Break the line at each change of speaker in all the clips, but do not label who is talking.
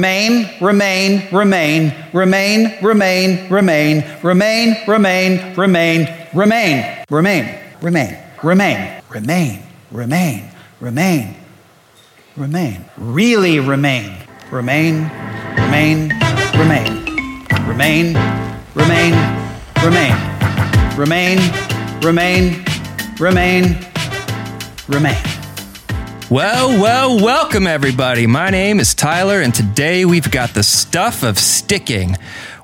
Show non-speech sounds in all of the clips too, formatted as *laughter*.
Remain, remain, remain, remain, remain, remain, remain, remain, remain, remain, remain, remain, remain, remain, remain, remain, remain, really remain, remain, remain, remain, remain, remain, remain, remain, remain, remain, remain.
Well, well, welcome everybody. My name is Tyler, and today we've got the stuff of sticking.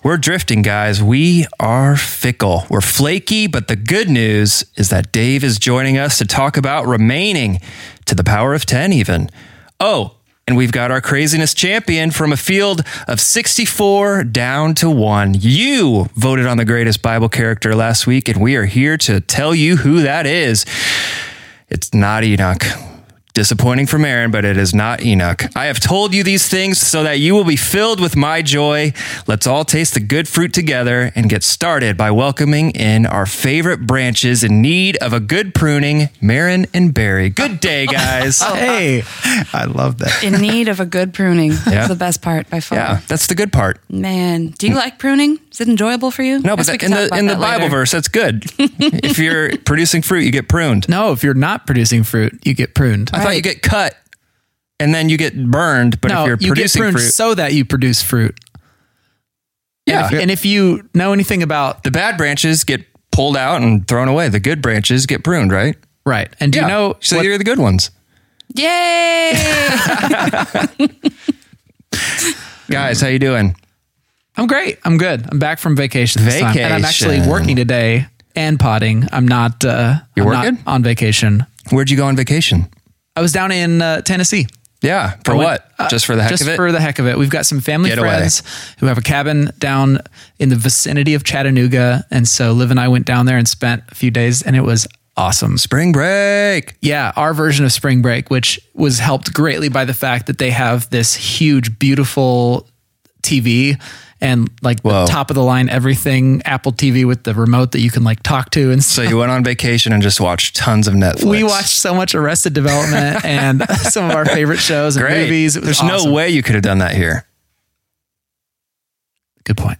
We're drifting, guys. We are fickle. We're flaky, but the good news is that Dave is joining us to talk about remaining to the power of 10, even. Oh, and we've got our craziness champion from a field of 64 down to one. You voted on the greatest Bible character last week, and we are here to tell you who that is. It's not Enoch. Disappointing from Aaron, but it is not Enoch. I have told you these things so that you will be filled with my joy. Let's all taste the good fruit together and get started by welcoming in our favorite branches in need of a good pruning, Marin and Barry. Good day, guys.
*laughs* Hey, I love
*laughs*
that.
in need of a good pruning. That's
Yeah.
the best part by far.
Yeah, that's the good part.
Man, do you like pruning? Is it enjoyable for you?
No, but
Guess we
that,
can
in
talk
the
about
in the
that
Bible
later.
verse, that's good.
*laughs*
if you're producing fruit, you get pruned.
No, if you're not producing fruit, you get pruned.
I thought you get cut and then you get burned, but
no,
if you're
you get
producing
pruned
fruit,
so that you produce fruit.
yeah.
And if, and if you know anything about
the bad branches get pulled out and thrown away. The good branches get pruned, right?
right, and do you know
so
what-
you're the good ones.
Yay!
Guys, how you doing?
I'm great. I'm good. I'm back from vacation this time, and I'm actually
Vacation.
working today and potting. I'm not. Uh,
You're
I'm not
working?
on vacation.
Where'd you go on vacation?
I was down in uh, Tennessee.
Yeah, for
I went-
what?
uh,
just for the heck
just
of it?
for the heck of it. We've got some family
Getaway.
friends who have a cabin down in the vicinity of Chattanooga, and so Liv and I went down there and spent a few days, and it was awesome.
Spring break.
Yeah, our version of spring break, which was helped greatly by the fact that they have this huge, beautiful TV and like
Whoa.
the top of the line everything Apple TV with the remote that you can like talk to and
So you went on vacation and just watched tons of Netflix.
we watched so much Arrested Development and *laughs* some of our favorite shows and
Great.
movies. It
There's
was awesome.
no way you could have done that here.
Good point.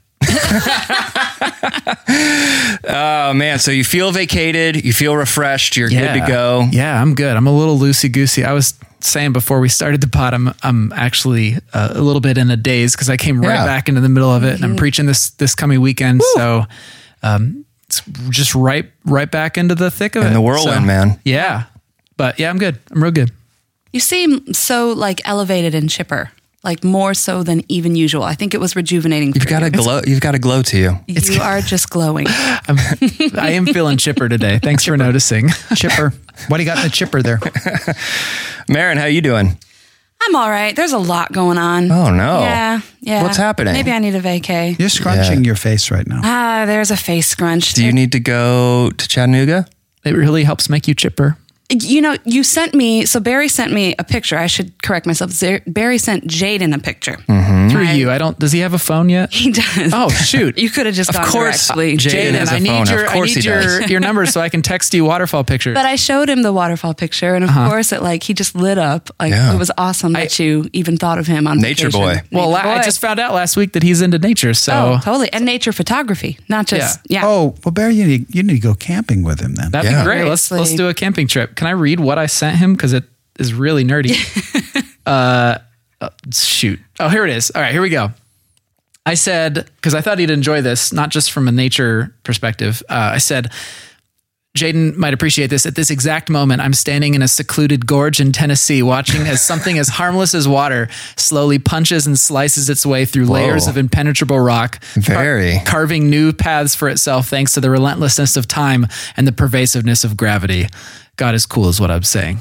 Oh man, so you feel vacated, you feel refreshed, you're good
Yeah.
to go.
Yeah, I'm good. I'm a little loosey goosey. I was saying before we started the pod, I'm I'm actually uh, a little bit in a daze because I came right
Yeah.
back into the middle of it, and I'm preaching this this coming weekend. So, um, it's just right right back into the thick of it.
In the whirlwind,
So,
man.
Yeah, but yeah, I'm good. I'm real good.
you seem so like elevated and chipper, like more so than even usual. I think it was rejuvenating.
You've
for
got a glow you've got a glow to you.
you. you are just glowing.
I'm, I am feeling
*laughs*
chipper today. Thanks for noticing. *laughs*
chipper. What do you got in the chipper there?
Marin, how you doing?
I'm all right. There's a lot going on.
Oh no.
Yeah, yeah.
What's happening?
Maybe I need a vacay.
You're scrunching your face right now.
Ah, there's a face scrunch.
Do you need to go to Chattanooga?
It really helps make you chipper.
you know, you sent me, so Barry sent me a picture. I should correct myself. Zer- Barry sent Jaden a picture.
Mm-hmm.
Through you, I don't. Does he have a phone
*laughs*
yet?
He does. *laughs*
Oh shoot!
You could have just gone
course,
directly.
Jaden
Jaden,
has a
I need
phone. Of
your I
course
need
he
your your number so I can text you waterfall
*laughs*
pictures.
But I showed him the waterfall picture, and of course, it like he just lit up. Like
Uh-huh. Yeah.
it was awesome that you even thought of him on
Nature
vacation.
boy.
well, la- I just found out last week that he's into nature, so
oh, totally, and nature photography, not just yeah.
Oh, well, Barry, you need, you need to go camping with him then.
that'd
Yeah.
be great. Let's let's
Seriously.
do a camping trip. Can I read what I sent him because it is really nerdy? uh, uh, shoot. Oh, here it is. All right, here we go. I said because I thought he'd enjoy this, not just from a nature perspective. Uh, I said. Jaden might appreciate this. At this exact moment, I'm standing in a secluded gorge in Tennessee, watching as something as harmless as water slowly punches and slices its way through layers of impenetrable rock, car-
Very.
carving new paths for itself thanks to the relentlessness of time and the pervasiveness of gravity. God is cool, is what I'm saying.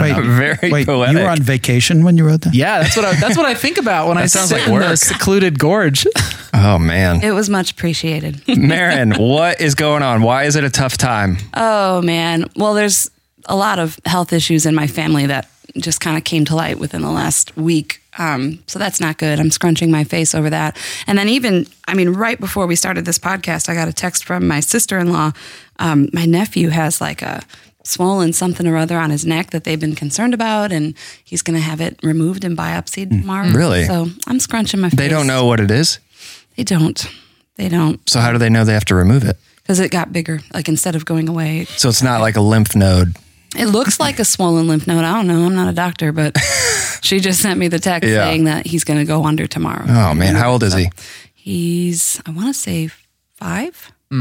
*laughs*
I don't know.
Very
Wait,
poetic.
you were on vacation when you wrote that?
Yeah, that's what I, that's what I think about when I
sounds
sit
like
in
work.
the secluded gorge. *laughs*
oh man.
It was much appreciated. *laughs*
Marin, what is going on? Why is it a tough time?
oh man, well, there's a lot of health issues in my family that just kind of came to light within the last week. Um, so that's not good. I'm scrunching my face over that. And then even, I mean, right before we started this podcast, I got a text from my sister-in-law. Um, my nephew has like a swollen something or other on his neck that they've been concerned about, and he's going to have it removed and biopsied tomorrow.
Hmm. Really?
So I'm scrunching my face.
They don't know what it is.
They don't. They don't.
So how do they know they have to remove it?
Because it got bigger. Like instead of going away,
So it's not like a lymph node.
It looks like a swollen lymph node. I don't know. I'm not a
*laughs*
doctor, but she just sent me the text
Yeah.
saying that he's going to go under tomorrow.
Oh man, how old is he?
He's, I want to say five.
Oh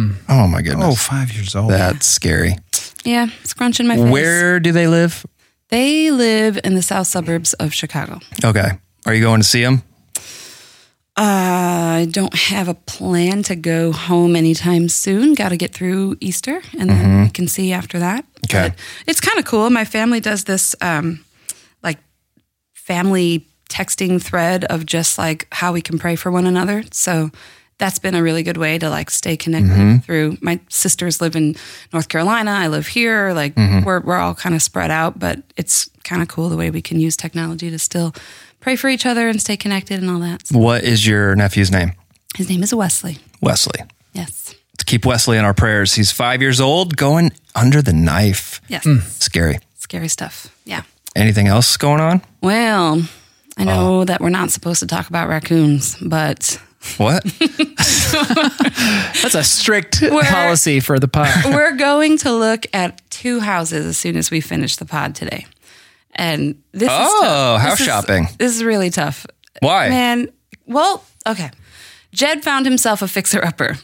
my
Oh,
goodness.
five years old.
That's scary.
Yeah, scrunching my face.
Where do they live?
They live in the south suburbs of Chicago.
Okay. Are you going to see him?
I don't have a plan to go home anytime soon. Got to get through Easter, and then we can see after that.
Okay.
But it's kind of cool. My family does this, um, like, family texting thread of just like how we can pray for one another. So that's been a really good way to like stay connected through. My sisters live in North Carolina. I live here. Like we're we're all kind of spread out, but it's kind of cool the way we can use technology to still pray for each other and stay connected and all that. So
What is your nephew's name?
his name is Wesley.
Wesley.
Yes.
To keep Wesley in our prayers. He's five years old, going under the knife.
Yes.
Scary.
Scary stuff. Yeah.
Anything else going on?
Well, I know that we're not supposed to talk about raccoons, but *laughs*
What?
That's a strict
We're-
policy for
*laughs*
the pod.
we're going to look at two houses as soon as we finish the pod today. And this
Oh,
is tough.
house
This is-
shopping.
This is really tough.
Why?
Man, well, okay. Jed found himself a fixer upper. *laughs*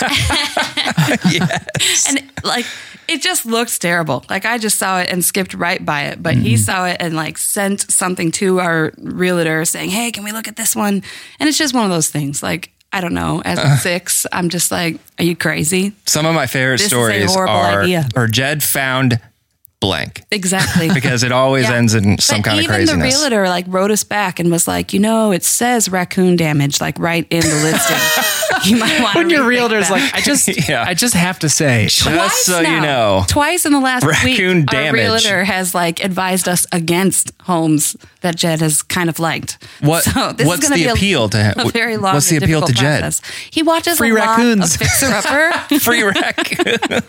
*laughs*
And like it just looks terrible. Like I just saw it and skipped right by it, but
Mm-hmm.
he saw it and like sent something to our realtor saying, "Hey, can we look at this one?" And it's just one of those things. Like I don't know.
*laughs*
As a six, I'm just like, "Are you crazy?"
Some of my favorite
This is a
stories
horrible
are
idea.
or Jed found blank
Exactly.
*laughs* because it always
Yeah.
ends in some
but
kind of
even
craziness.
the realtor like wrote us back and was like, you know, it says raccoon damage like right in the
*laughs*
listing. you might want
when
to
your realtor's like, I just,
Yeah.
I just have to say,
Just so you know.
twice in the last
Raccoon
week,
damage.
our realtor has like advised us against homes that Jed has kind of liked.
What-
So this
what's
is gonna
the
be a-
appeal to him?
A very long.
What's the
and
appeal to
difficult
Jed?
process. He watches
Free
a lot
raccoons.
of
*laughs*
Fixer Upper.
Free raccoon.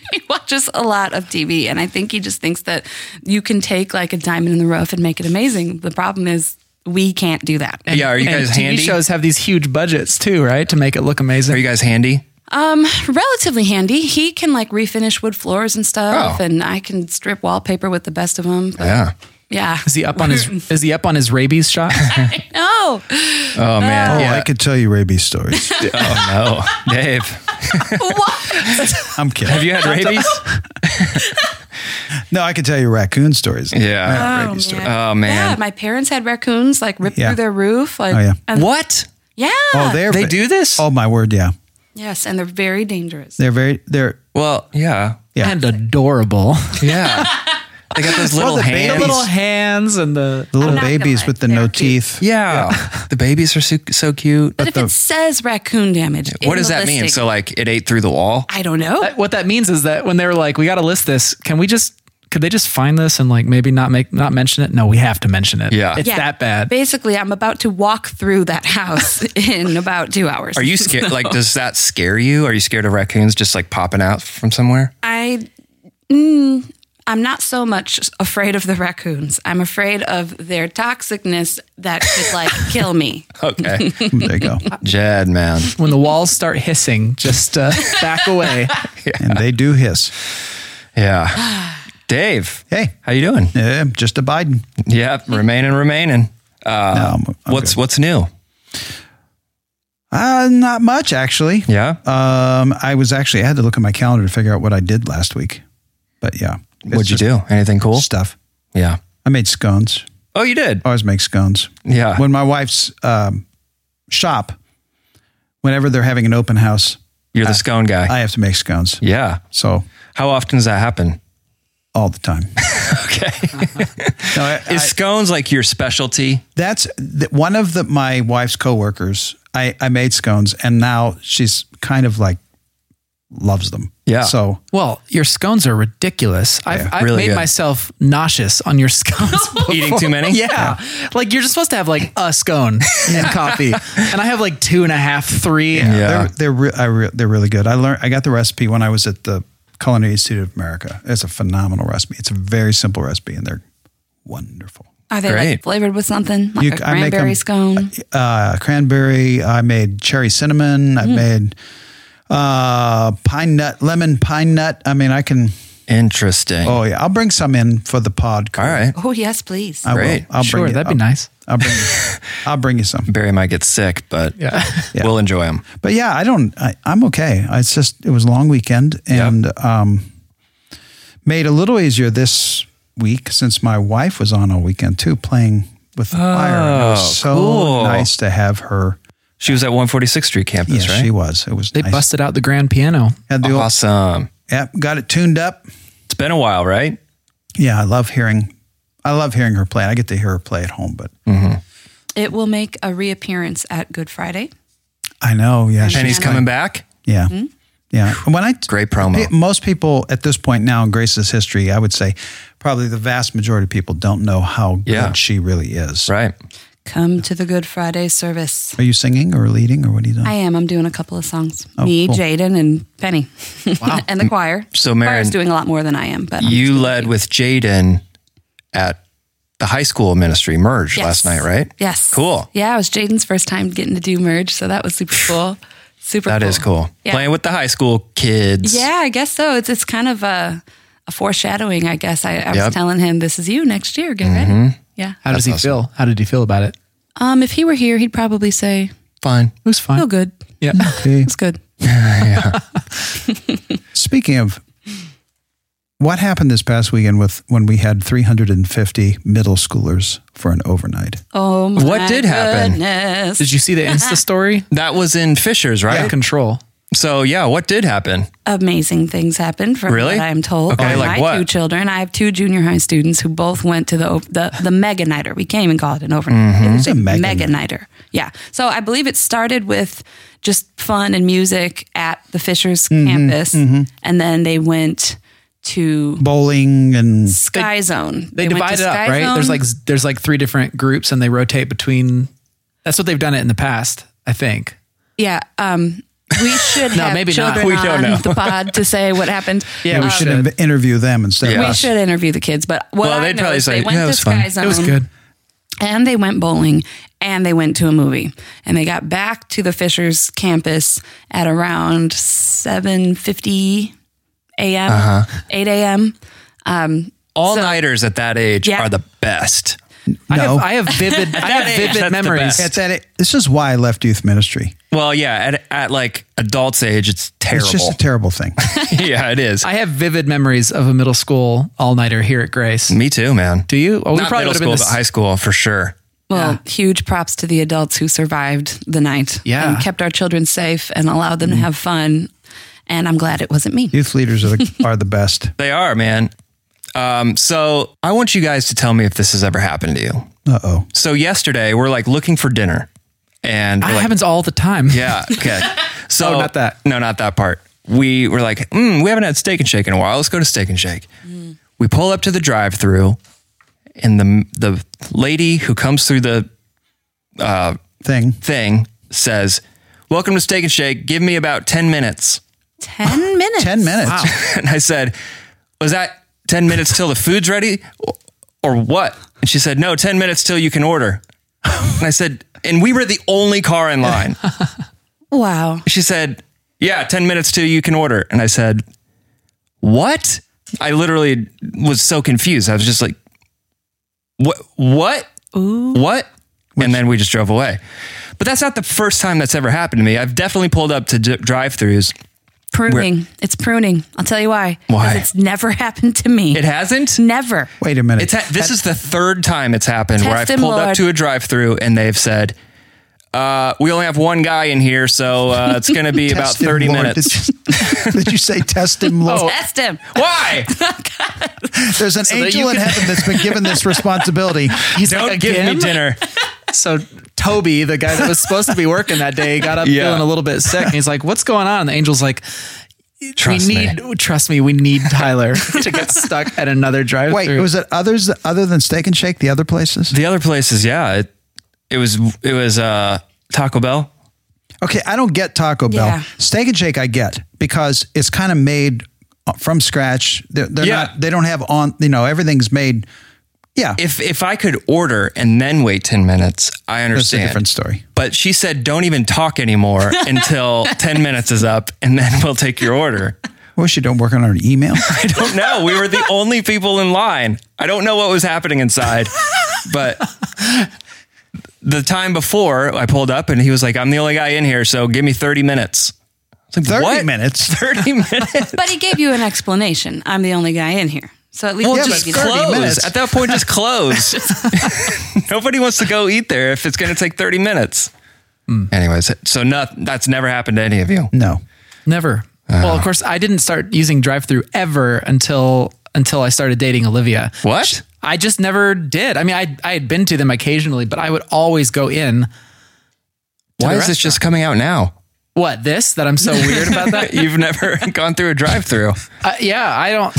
*laughs* he watches a lot of TV, and I think he just thinks that you can take like a diamond in the rough and make it amazing. The problem is we can't do that.
yeah, are you guys
and TV
handy?
shows have these huge budgets too, right? To make it look amazing.
Are you guys handy?
Relatively handy. He can like refinish wood floors and stuff,
Oh.
and I can strip wallpaper with the best of them. But
Yeah.
yeah.
is he up on his is he up on his rabies shot?
*laughs* No.
Oh man. *laughs*
Oh,
yeah.
I could tell you
*laughs*
rabies stories.
oh no. Dave. *laughs*
What?
I'm kidding.
Have you had rabies?
No, I could tell you raccoon stories. I
yeah.
have
Oh,
rabies stories.
Oh, man.
Yeah, my parents had raccoons like rip
Yeah.
through their roof. Like,
Oh, yeah.
Uh,
and-
What?
yeah.
Oh, they're
They do this?
Oh my word, yeah.
yes, and they're very dangerous.
They're very they're
Well, *laughs* yeah.
Yeah.
And adorable.
*laughs*
Yeah. they got those little
the baby-
hands.
the little hands and the
the little
not gonna
babies
lie,
with the
they
no
are cute. *laughs*
teeth.
yeah. The babies are so, so cute.
but if it says raccoon damage, in
what does
the
that mean?
listing,
So like it ate through the wall?
I don't know.
what that means is that when they were like, we got to list this, can we just, could they just find this and like maybe not make, not mention it? No, we have to mention it.
Yeah.
It's
Yeah.
that bad.
Basically, I'm about to walk through that house in about two hours.
Are you scared?
*laughs*
Like, does that scare you? Are you scared of raccoons just like popping out from
*laughs*
somewhere?
I, mm, I'm not so much afraid of the raccoons. I'm afraid of their toxicness that could like kill me.
Okay.
There you go.
Jed, man.
When the walls start hissing,
*laughs*
just uh, back away.
And they do hiss.
Yeah. Dave.
Hey.
How you doing?
Yeah, just a Biden.
Yeah, remaining, remaining. Uh,
no, I'm- I'm
what's
good.
what's new?
Uh, not much actually.
Yeah.
Um, I was actually I had to look at my calendar to figure out what I did last week. But yeah, It's
What'd you
just
do? Anything cool?
Stuff.
Yeah.
I made scones.
Oh, you did.
I always make scones.
Yeah.
Uh, When my wife's um, shop, whenever they're having an open house,
You're the scone guy.
I have to make scones.
yeah.
So
How often does that happen?
all the time.
*laughs* Okay.
*laughs* No, I-
Is scones like your
*laughs*
specialty?
That's th- one of the my wife's coworkers. I I made scones, and now she's kind of like loves them.
Yeah.
So
Well, your scones are ridiculous. I've, I've
really
made
good.
myself nauseous on your
*laughs*
scones. *laughs*
Eating too many?
Yeah. Like you're just supposed to have like a scone and
*laughs*
coffee. And I have like two and a half, three.
Yeah.
they're they're re- I re- they're really good. I learned I got the recipe when I was at the Culinary Institute of America. It's a phenomenal recipe. It's a very simple recipe, and they're wonderful.
Are they
Great.
like flavored with something? Like
You
a
c- I make 'em-
cranberry scone?
uh, cranberry. I made cherry cinnamon.
Mm.
I made uh, pine nut, lemon pine nut. I mean, I can.
Interesting.
Oh yeah, I'll bring some in for the pod.
All right.
Oh, yes, please.
I will.
Great.
I'll
Sure,
bring you-
that'd be
I'll-
nice.
I'll bring
*laughs*
you. I'll bring you some.
Barry might get sick, but
Yeah.
we'll enjoy him.
But yeah, I don't. I, I'm okay. I- It's just it was a long weekend and um, made a little easier this week since my wife was on all weekend too, playing with the choir. And It
Oh,
was so
cool.
nice to have her.
She was at 146th Street campus,
Yes,
right?
she was. It was
They
nice.
busted out the grand piano.
Had the old,
awesome.
yep, got it tuned up.
It's been a while, right?
Yeah, I love hearing. I love hearing her play. I get to hear her play at home, but
Mm.
It will make a reappearance at Good Friday.
I know. Yeah,
And
she's
he's coming back.
Yeah. Yeah. And When I
*laughs* Great promo.
Pe- most people at this point now in Grace's history, I would say probably the vast majority of people don't know how good
Yeah.
she really is.
Right.
Come to the Good Friday service.
Are you singing or leading or what are you doing? *laughs*
I am. I'm doing a couple of songs. Me,
cool.
Jaden, and Penny. *laughs* and the choir.
So,
choir
Marin-
is doing a lot more than I am, but I'm
You
just-
led with Jaden at the high school ministry merge
Yes.
last night, right?
Yes.
Cool.
Yeah, it was Jaden's first time getting to do merge, so that was super cool. Super
That is cool.
Yeah.
Playing with the high school kids.
Yeah, I guess so. It's it's kind of a, a foreshadowing, I guess. I, I
Yep. Mm-hmm.
was telling him, "This is you next year. Get ready." Yeah.
How does he feel? How did he feel about it?
Um, if he were here, he'd probably say,
Fine.
It was fine.
"Feel good.
Yeah.
Okay.
It's good."
Speaking of what happened this past weekend with when we had 350 middle schoolers for an overnight.
Oh my
What did happen?
goodness.
Did you see the Insta story?
That was in Fishers, right?
Yeah. Control.
So, yeah, what did happen?
Amazing things happened from
Really?
what I'm told.
Okay,
by
like
my
what?
two children. I have two junior high students who both went to the o- the, the mega nighter. We can't even call it an overnight. It's
Mm-hmm. a mega
nighter. Yeah. So I believe it started with just fun and music at the Fishers
Mm-hmm.
campus, and then they went to
Bowling and
Sky Zone.
They,
went to
divide it up,
Sky
right?
Zone.
There's like there's like three different groups and they rotate between That's what they've done it in the past, I think.
yeah. Um,
*laughs*
we should
No,
have
maybe not.
children
We don't
on
know.
the pod to say what happened.
Yeah, we
we should inv- interview them
*laughs*
instead
Oh, Yeah.
of
We
us.
should interview the kids, but what
Well,
I
they'd
know
probably
is
say,
they went
"Yeah, it
to
was
Sky
fun."
Zone.
It was good.
and they went bowling and they went to a movie and they got back to the Fishers campus at around 7:50 a.m.
Uh-huh.
8 a.m.
All nighters at that age
Yeah.
are the best.
I
No.
have I have *laughs* vivid I
age,
have
that's
vivid
the
memories.
best.
It's at it. This is why I left youth ministry.
Well, yeah, at, at like adults' age, it's terrible. *laughs*
It's just a terrible thing.
yeah, it is.
I have vivid memories of a middle school all nighter here at Grace.
Me too, man.
Do you? Well,
Mm. Not middle
would've
school,
the
but high school for sure.
Well, huge props to the adults who survived the night
Yeah.
and kept our children safe and allowed them
Mm.
to have fun. And I'm glad it wasn't me.
youth leaders are the, are the best.
They are, man. Um, so I want you guys to tell me if this has ever happened to you.
Uh oh.
So yesterday we're like looking for dinner, and we're
It
like,
happens all the time.
*laughs* yeah, okay. So
*laughs* Oh, not that.
No, not that part. We were like, mm, we haven't had Steak and Shake in a while. Let's go to Steak and Shake. We pull up to the drive-through, and the the lady who comes through the
Thing.
thing says, "Welcome to Steak and Shake. Give me about ten minutes." *laughs*
10 minutes.
10 minutes.
And I said, Was that 10 minutes till the food's ready or, or what? And she said, No, 10 minutes till you can order. And I said, And we were the only car in line.
Wow.
She said, Yeah, 10 minutes till you can order. And I said, What? I literally was so confused. I was just like, What? What? What? And then we just drove away. But that's not the first time that's ever happened to me. I've definitely pulled up to d- drive throughs.
Pruning. It's pruning. I'll tell you why. 'Cause
Why?
It's never *laughs* happened to me.
It hasn't?
never.
Wait a minute.
It's ha- this is the third time it's happened where I've
Test him,
pulled up
Lord.
to a drive-through and they've said, uh, "We only have one guy in here, so uh, it's going to
*laughs*
be about
Test him,
thirty
Lord.
minutes."
Did you, *laughs* did you say test him, Lord?
Oh.
Test him.
Why? Oh,
There's an
that
angel
you
in
can-
heaven that's been given this responsibility.
*laughs*
He's
Don't
like,
give
"Again?"
me dinner.
So Toby, the guy that was supposed to be working that day, got
*laughs*
up
Yeah.
feeling a little bit sick. And he's like, "What's going on?" And the angel's like,
Trust
"We
me.
need, trust me, we need Tyler *laughs* to get stuck at another drive."
Wait, was it others other than Steak and Shake? The
*laughs*
other places?
The other places, yeah, it, it was it was uh, Taco Bell.
Okay, I don't get Taco Bell.
Yeah.
Steak and Shake, I get because it's kind of made uh, from scratch. They're, they're
Yeah.
not. They don't have on. You know, everything's made. Yeah,
If if I could order and then wait ten minutes, I
that's a
understand.
different story.
But she said, "Don't even talk anymore until ten minutes is up, and then we'll take your order."
I wish you don't work on our
*laughs*
email.
I don't know. We were *laughs* the only people in line. I don't know what was happening inside, but the time before I pulled up and he was like, I'm the only guy in here, so give me 30 minutes. *laughs* I was like,
Thirty
what?
minutes.
30 minutes?
But he gave you an explanation. I'm the only guy in here. So at least
Well,
he
just
gave you
30
that.
close.
minutes.
At that point, just close. *laughs* Nobody wants to go eat there if it's going to take 30 minutes. Hmm. Anyways, so not, that's never happened to any of you.
No.
Never.
Uh-huh.
well, of course, I didn't start using drive-through ever until until I started dating Olivia.
What?
Sh- I just never did. I mean, I I had been to them occasionally, but I would always go in.
Why
the
is this just coming out now?
What this? That I'm so weird about
*laughs*
that?
You've never *laughs* gone through a drive through.
Uh, yeah, I don't.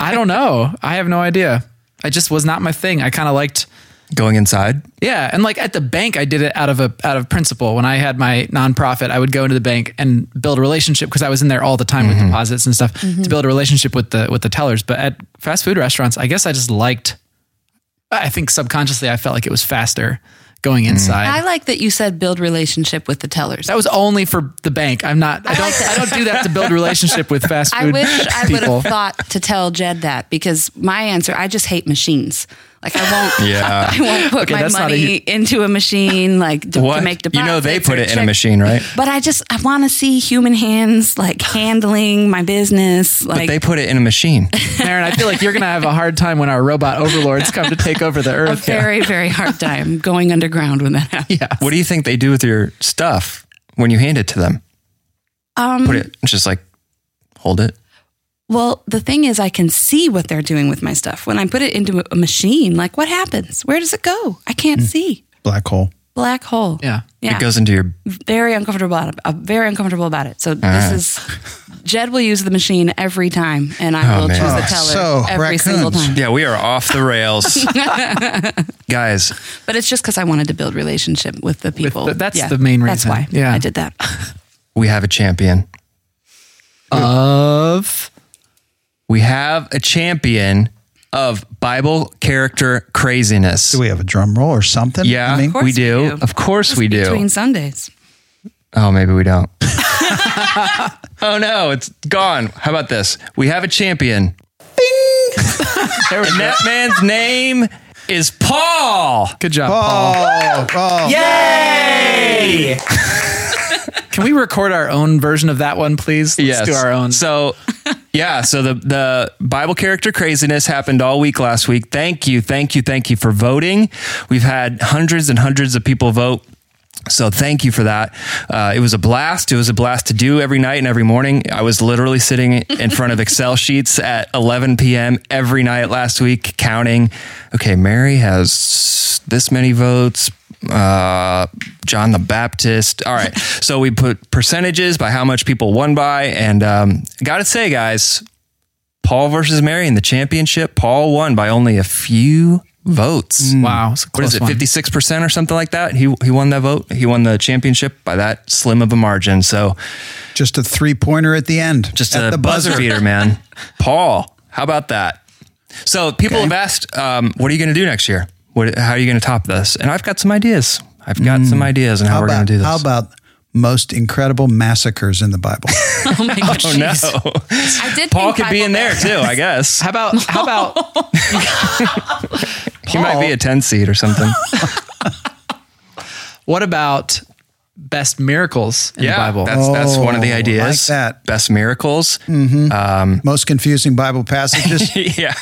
I don't know. I have no idea. I just was not my thing. I kind of liked.
Going inside?
Yeah, and like at the bank, I did it out of a out of principle. When I had my nonprofit, I would go into the bank and build a relationship because I was in there all the time with deposits and stuff to build a relationship with the with the tellers. But at fast food restaurants, I guess I just liked. I think subconsciously, I felt like it was faster going inside.
I like that you said build relationship with the tellers.
that was only for the bank. I'm not. I, don't.
like that.
I don't do that to build relationship with
*laughs*
fast
I
food
*laughs*
wish I would *laughs*
people.
have thought to tell Jed that because my answer, I just hate machines. Like I
*laughs*
won't,
Yeah.
*laughs* I won't put
Okay,
my
that's not a
money into a machine like to, to
What?
make
You
deposits.
know they put
or
it in a
check-
machine, right?
But I just I want to see human hands like handling my business. Like
But they put it in a
*laughs*
machine.
Aaron, I feel like you're gonna have a hard time when our robot overlords come to take over
*laughs*
the
a
earth.
very very hard time going underground when that happens.
yeah.
What do you think they do with your stuff when you hand it to them?
Um,
Put it just like hold it.
Well, the thing is, I can see what they're doing with my stuff. When I put it into a machine, like what happens? Where does it go? I can't see.
Black hole.
Black hole.
Yeah.
Yeah.
It goes into your
very uncomfortable about it. I'm very uncomfortable about it. So this is Jed will use the machine every time, and I will
man.
choose
Oh,
the teller
so
every single
raccoons.
time.
Yeah, we are off the
*laughs*
rails. Guys,
But it's just because I wanted to build relationship with the people.
the- that's
Yeah,
the main
That's
reason.
why.
Yeah.
I did that.
we have a champion.
Of
We have a champion of Bible character craziness.
Do we have a drum roll or something?
yeah,
I mean,
course
we do.
we do.
Of course we do.
Between Sundays,
Oh, maybe we
*laughs*
don't. *laughs* oh no, it's gone. How about this? We have a champion. *laughs*
There we
and
go.
that man's name is Paul.
Good job, Paul.
Oh, oh.
Can we record our own version of that one, please? Let's do our own.
So, yeah. So the the Bible character craziness happened all week last week. Thank you, thank you, thank you for voting. We've had hundreds and hundreds of people vote. So thank you for that. Uh, it was a blast. It was a blast to do every night and every morning. I was literally sitting in front of Excel sheets at 11 p.m. every night last week, counting. Okay, Mary has this many votes. Uh, John the Baptist. All right, so we put percentages by how much people won by, and um, gotta say, guys, Paul versus Mary in the championship. Paul won by only a few votes
wow. it's a
Mm. what is
close
it,
one.
fifty six percent or something like that? He he won that vote. He won the championship by that slim of a margin. So
Just a three pointer at the end.
just
at
a
the
buzzer,
buzzer.
beater, man. Paul, how about that? So people have asked, um, what are you going to do next year? What, how are you going to top this? And I've got some ideas. I've got some ideas on how,
How
we're going
about,
to do this.
how
*laughs*
about most incredible massacres in the Bible?
oh my gosh,
oh no,
I did.
Paul
think
could be
Bible
in there
*laughs* Belt-
too. I guess
How about how about *laughs*
he might be a ten seed or something.
what about best miracles *laughs* in
yeah,
the Bible?
that's that's one of the
Oh,
ideas.
like that.
Best miracles.
most confusing Bible passages.
*laughs* yeah,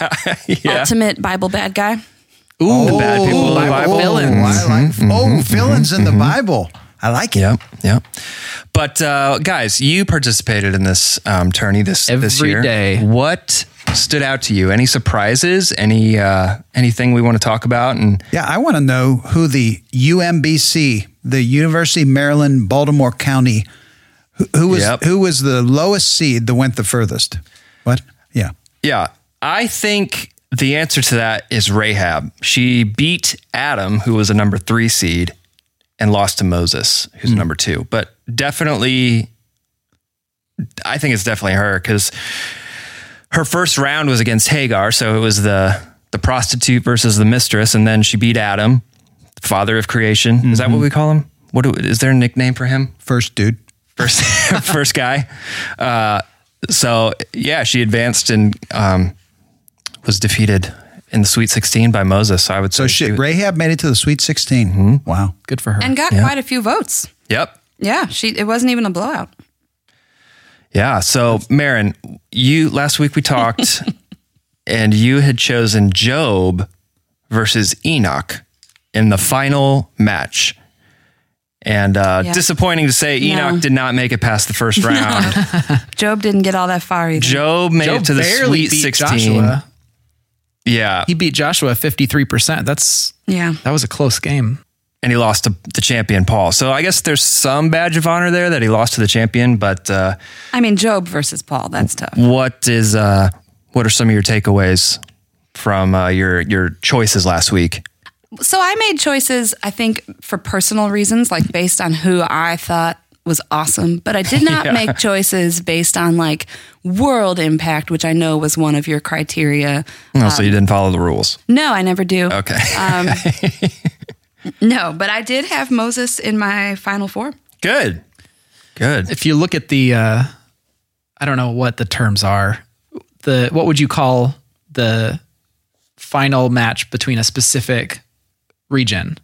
yeah.
Ultimate Bible bad guy.
Ooh,
bad people in the Bible.
villains.
I like,
Mm-hmm.
oh, villains in the Bible. I like it.
Yep, yep. But uh, guys, you participated in this um, tourney this this
Every
year.
day.
What stood out to you? Any surprises? Any uh, anything we want to talk about? And
Yeah, I want to know who the UMBC, the University of Maryland, Baltimore County, who, who was
Yep.
who was the lowest seed that went the furthest. What? Yeah.
yeah, I think the answer to that is Rahab. She beat Adam, who was a number three seed, and lost to Moses, who's number two. But definitely, I think it's definitely her because her first round was against Hagar, so it was the the prostitute versus the mistress, and then she beat Adam, father of creation. Is that what we call him? What do, is there a nickname for him?
First, dude.
First, *laughs* first guy. Uh, so yeah, she advanced and um, was defeated in the Sweet Sixteen by Moses. So I would
So
say
shit,
she-
Rahab made it to the Sweet 16.
Hmm?
Wow.
Good for her.
and got quite a few votes.
Yep.
Yeah, she it wasn't even a blowout.
Yeah. So, Marin, you last week we
*laughs*
talked, and you had chosen Job versus Enoch in the final match. And uh,
Yeah.
disappointing to say,
No.
Enoch did not make it past the first round.
*laughs* Job didn't get all that far either.
Job made
Job
it to the
barely
Sweet
beat
Sixteen.
Joshua.
Yeah,
He beat Joshua 53%. That's
yeah.
that was a close game.
and he lost to the champion Paul. So I guess there's some badge of honor there that he lost to the champion. But uh,
I mean Job versus Paul, that's tough.
what is uh, what are some of your takeaways from uh, your your choices last week?
So I made choices, I think, for personal reasons, like based on who I thought was awesome, but I did not make choices based on like world impact, which I know was one of your criteria.
No, Oh, so you
Um,
didn't follow the rules.
No, I never do.
Okay.
uh,
No, but I did have Moses in my final four.
*laughs* Good. Good.
If you look at the uh I don't know what the terms are. The what would you call the final match between a specific region?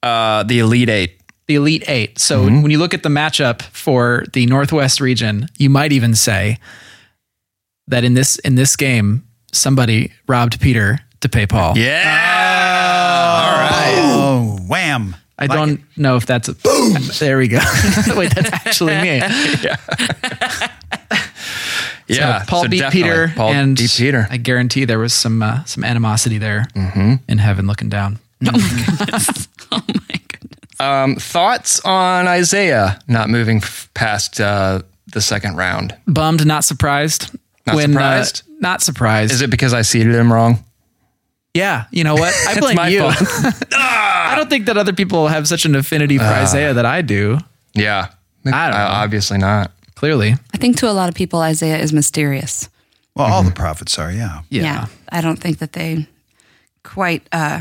Uh, the Elite Eight.
the Elite Eight. So
Mm-hmm.
when you look at the matchup for the Northwest region, you might even say that in this in this game, somebody robbed Peter to pay Paul.
Yeah.
Oh, wham.
I don't know if that's a boom. There
*laughs*
we go. *laughs* Wait, that's actually me.
yeah.
Uh, So Paul
So
beat
definitely
Peter,
Paul
and
beat Peter. Mm-hmm.
I guarantee there was some uh, some animosity there in heaven, looking down.
Oh my goodness.
Um, thoughts on Isaiah not moving f- past uh, the second round?
Bummed, not surprised.
Not
when, uh,
surprised?
not surprised.
Is it because I seated him wrong?
Yeah, you
*laughs*
know what? I blame
my
you. *laughs*
Ah!
I don't think that other people have such an affinity for
Ah.
Isaiah that I do.
Yeah.
I don't
Uh,
know.
obviously not.
Clearly,
I think to a lot of people Isaiah is mysterious.
Well, all
Mm-hmm.
the prophets are, yeah.
yeah.
I don't think that they quite uh,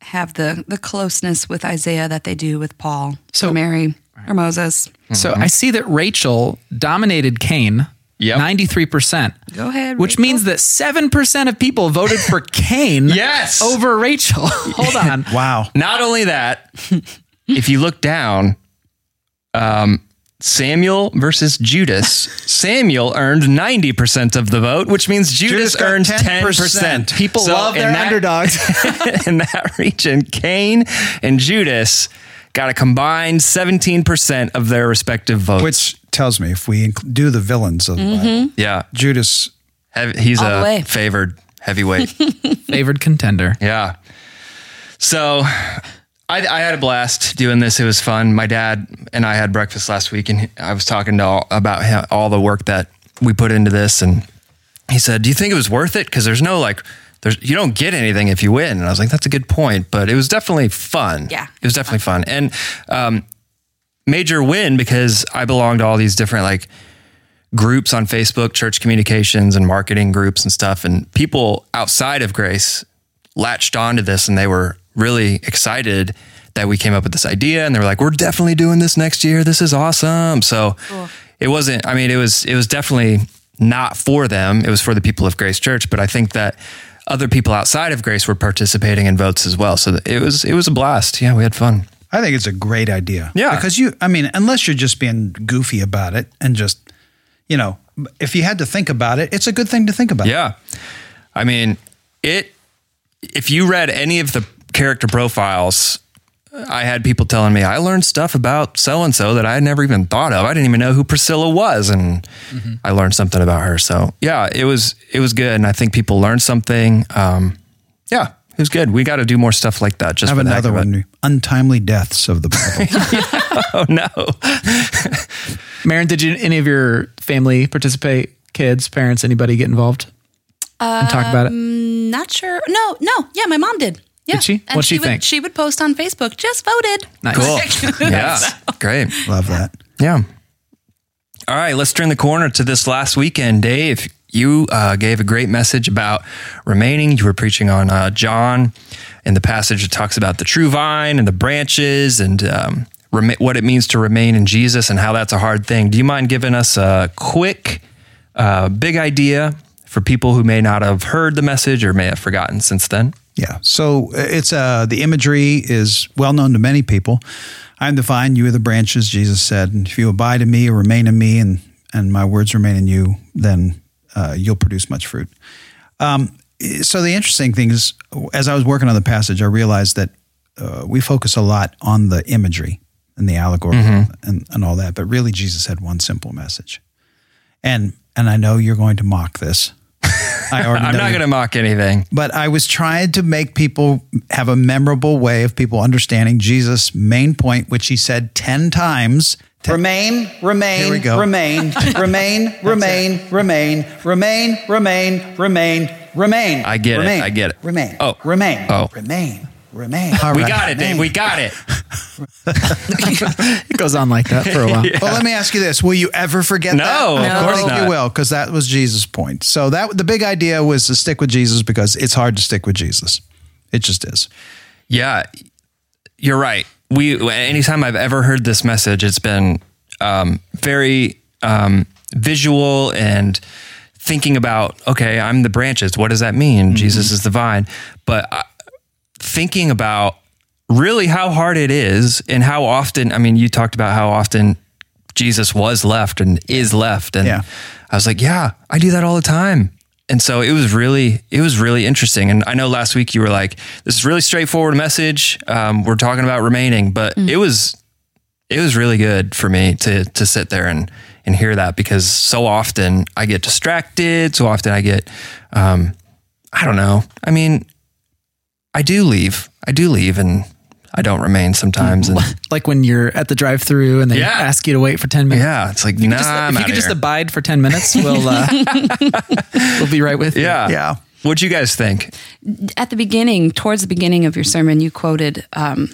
have the the closeness with Isaiah that they do with Paul,
So-
or Mary, or Moses.
Mm-hmm.
So I see that Rachel dominated Cain,
Yep.
ninety three percent.
Go ahead,
Which
Rachel.
means that seven percent of people voted for Cain.
*laughs* Yes.
over Rachel.
*laughs*
*laughs* Hold on.
Wow.
Not only that, if you look down, um, Samuel versus Judas, Samuel earned 90% of the vote, which means Judas,
Judas got
earned 10%.
10%.
People love
in
their underdogs.
*laughs* in that region, Cain and Judas got a combined 17% of their respective votes.
Which tells me if we inc- do the villains of the Bible,
yeah,
Judas,
Hev- he's
All the
a
way.
favored heavyweight.
Favored contender.
Yeah. So I, I had a blast doing this. It was fun. My dad and I had breakfast last week, and he- I was talking to all, about him, all the work that we put into this, and he said, "Do you think it was worth it? Because there's no like." There's, you don't get anything if you win. And I was like, that's a good point, but it was definitely fun.
Yeah.
It was definitely fun. And um, major win because I belong to all these different like groups on Facebook, church communications and marketing groups and stuff. And people outside of Grace latched onto this and they were really excited that we came up with this idea. And they were like, we're definitely doing this next year. This is awesome. So it wasn't, I mean, it was, it was definitely not for them. It was for the people of Grace Church. But I think that other people outside of Grace were participating in votes as well. So it was, it was a blast. Yeah. We had fun.
I think it's a great idea.
Yeah.
Because you, I mean, unless you're just being goofy about it and just, you know, if you had to think about it, it's a good thing to think about.
Yeah. I mean, it if you read any of the character profiles, I had people telling me I learned stuff about so and so that I had never even thought of. I didn't even know who Priscilla was and
Mm-hmm.
I learned something about her. So, yeah, it was it was good and I think people learned something. Um yeah, it was good. We got to do more stuff like that just
I
for
have
the heck
another
of it.
one Untimely Deaths of the Bible.
*laughs* Oh no.
Marin, did you any of your family participate? Kids, parents, anybody get involved? and talk about
Um,
it.
Not sure. No, no. Yeah, my mom did. Yeah.
Did she?
And
What'd she
would,
think?
She would post on Facebook, just voted.
Nice.
Cool. *laughs*
*laughs*
yeah. Great.
Love that.
Yeah. All right, let's turn the corner to this last weekend, Dave. you uh, gave a great message about remaining. You were preaching on uh, John and the passage that talks about the true vine and the branches and um, rema- what it means to remain in Jesus and how that's a hard thing. Do you mind giving us a quick, uh, big idea for people who may not have heard the message or may have forgotten since then?
Yeah. So uh, it's uh, the imagery is well known to many people. I'm the vine, you are the branches, Jesus said. And if you abide in me or remain in me and, and my words remain in you, then uh, you'll produce much fruit. Um, so the interesting thing is, as I was working on the passage, I realized that uh, we focus a lot on the imagery and the allegory
Mm-hmm.
and, and all that. But really, Jesus had one simple message. And, and I know you're going to mock this.
*laughs*
I already
I'm
know
not
you-
going to mock anything.
but I was trying to make people have a memorable way of people understanding Jesus' main point, which he said 10 times.
Remain,
Here
remain,
we
*laughs*
go.
remain, remain, remain, remain, remain, remain, remain, remain.
I get it.
Remain.
I get it.
Remain.
Oh.
Remain.
Oh.
Remain. Remain.
All
we
right.
got it, Dave. We got it.
*laughs* It goes on like that for a
*laughs*
while.
Well, let me ask you this. Will you ever forget
No,
that?
of
I
No. course
think
not.
you will, because that was Jesus' point. So that the big idea was to stick with Jesus because it's hard to stick with Jesus. It just is.
Yeah, you're right. We anytime I've ever heard this message, it's been um, very um, visual and thinking about. Okay, I'm the branches. What does that mean? Jesus is the vine. But I, thinking about really how hard it is and how often. I mean, you talked about how often Jesus was left and is left, and
Yeah.
I was like, yeah, I do that all the time. And so it was really, it was really interesting. And I know last week you were like, this is really straightforward message. Um, we're talking about remaining, but it was, it was really good for me to, to sit there and, and hear that because so often I get distracted. So often I get, um, I don't know. I mean, I do leave, I do leave and I don't remain sometimes.
*laughs*
And
Like when you're at the drive-through and they
Yeah.
ask you to wait for 10 minutes.
yeah, it's like, nah,
Just,
I'm
if you
outta
could just
here.
abide for 10 minutes,
*laughs*
we'll, uh, we'll be right with you.
yeah.
Yeah.
What'd you guys think?
At the beginning, towards the beginning of your sermon, you quoted, um,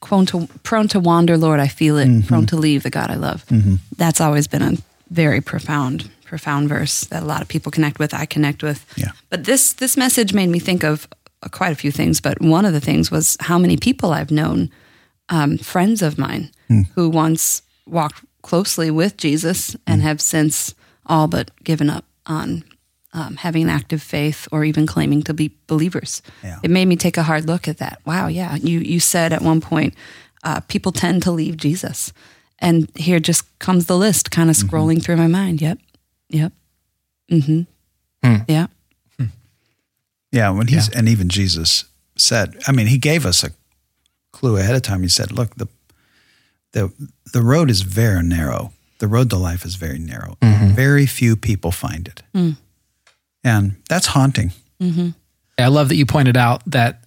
prone, to, prone to wander, Lord, I feel it, prone to leave the God I love. That's always been a very profound, profound verse that a lot of people connect with, I connect with.
Yeah.
But this, this message made me think of uh, quite a few things, but one of the things was how many people I've known, um, friends of mine, who once walked closely with Jesus and have since all but given up on um, having an active faith or even claiming to be believers. It made me take a hard look at that. Wow, yeah. You you said at one point, uh, people tend to leave Jesus, and here just comes the list, kind of scrolling through my mind. Yep, yep,
Hmm.
mm-hmm, yeah.
Yeah, when he's and even Jesus said, I mean, he gave us a clue ahead of time. He said, "Look, the the the road is very narrow. The road to life is very narrow. Very few people find it, and that's haunting."
I love that you pointed out that,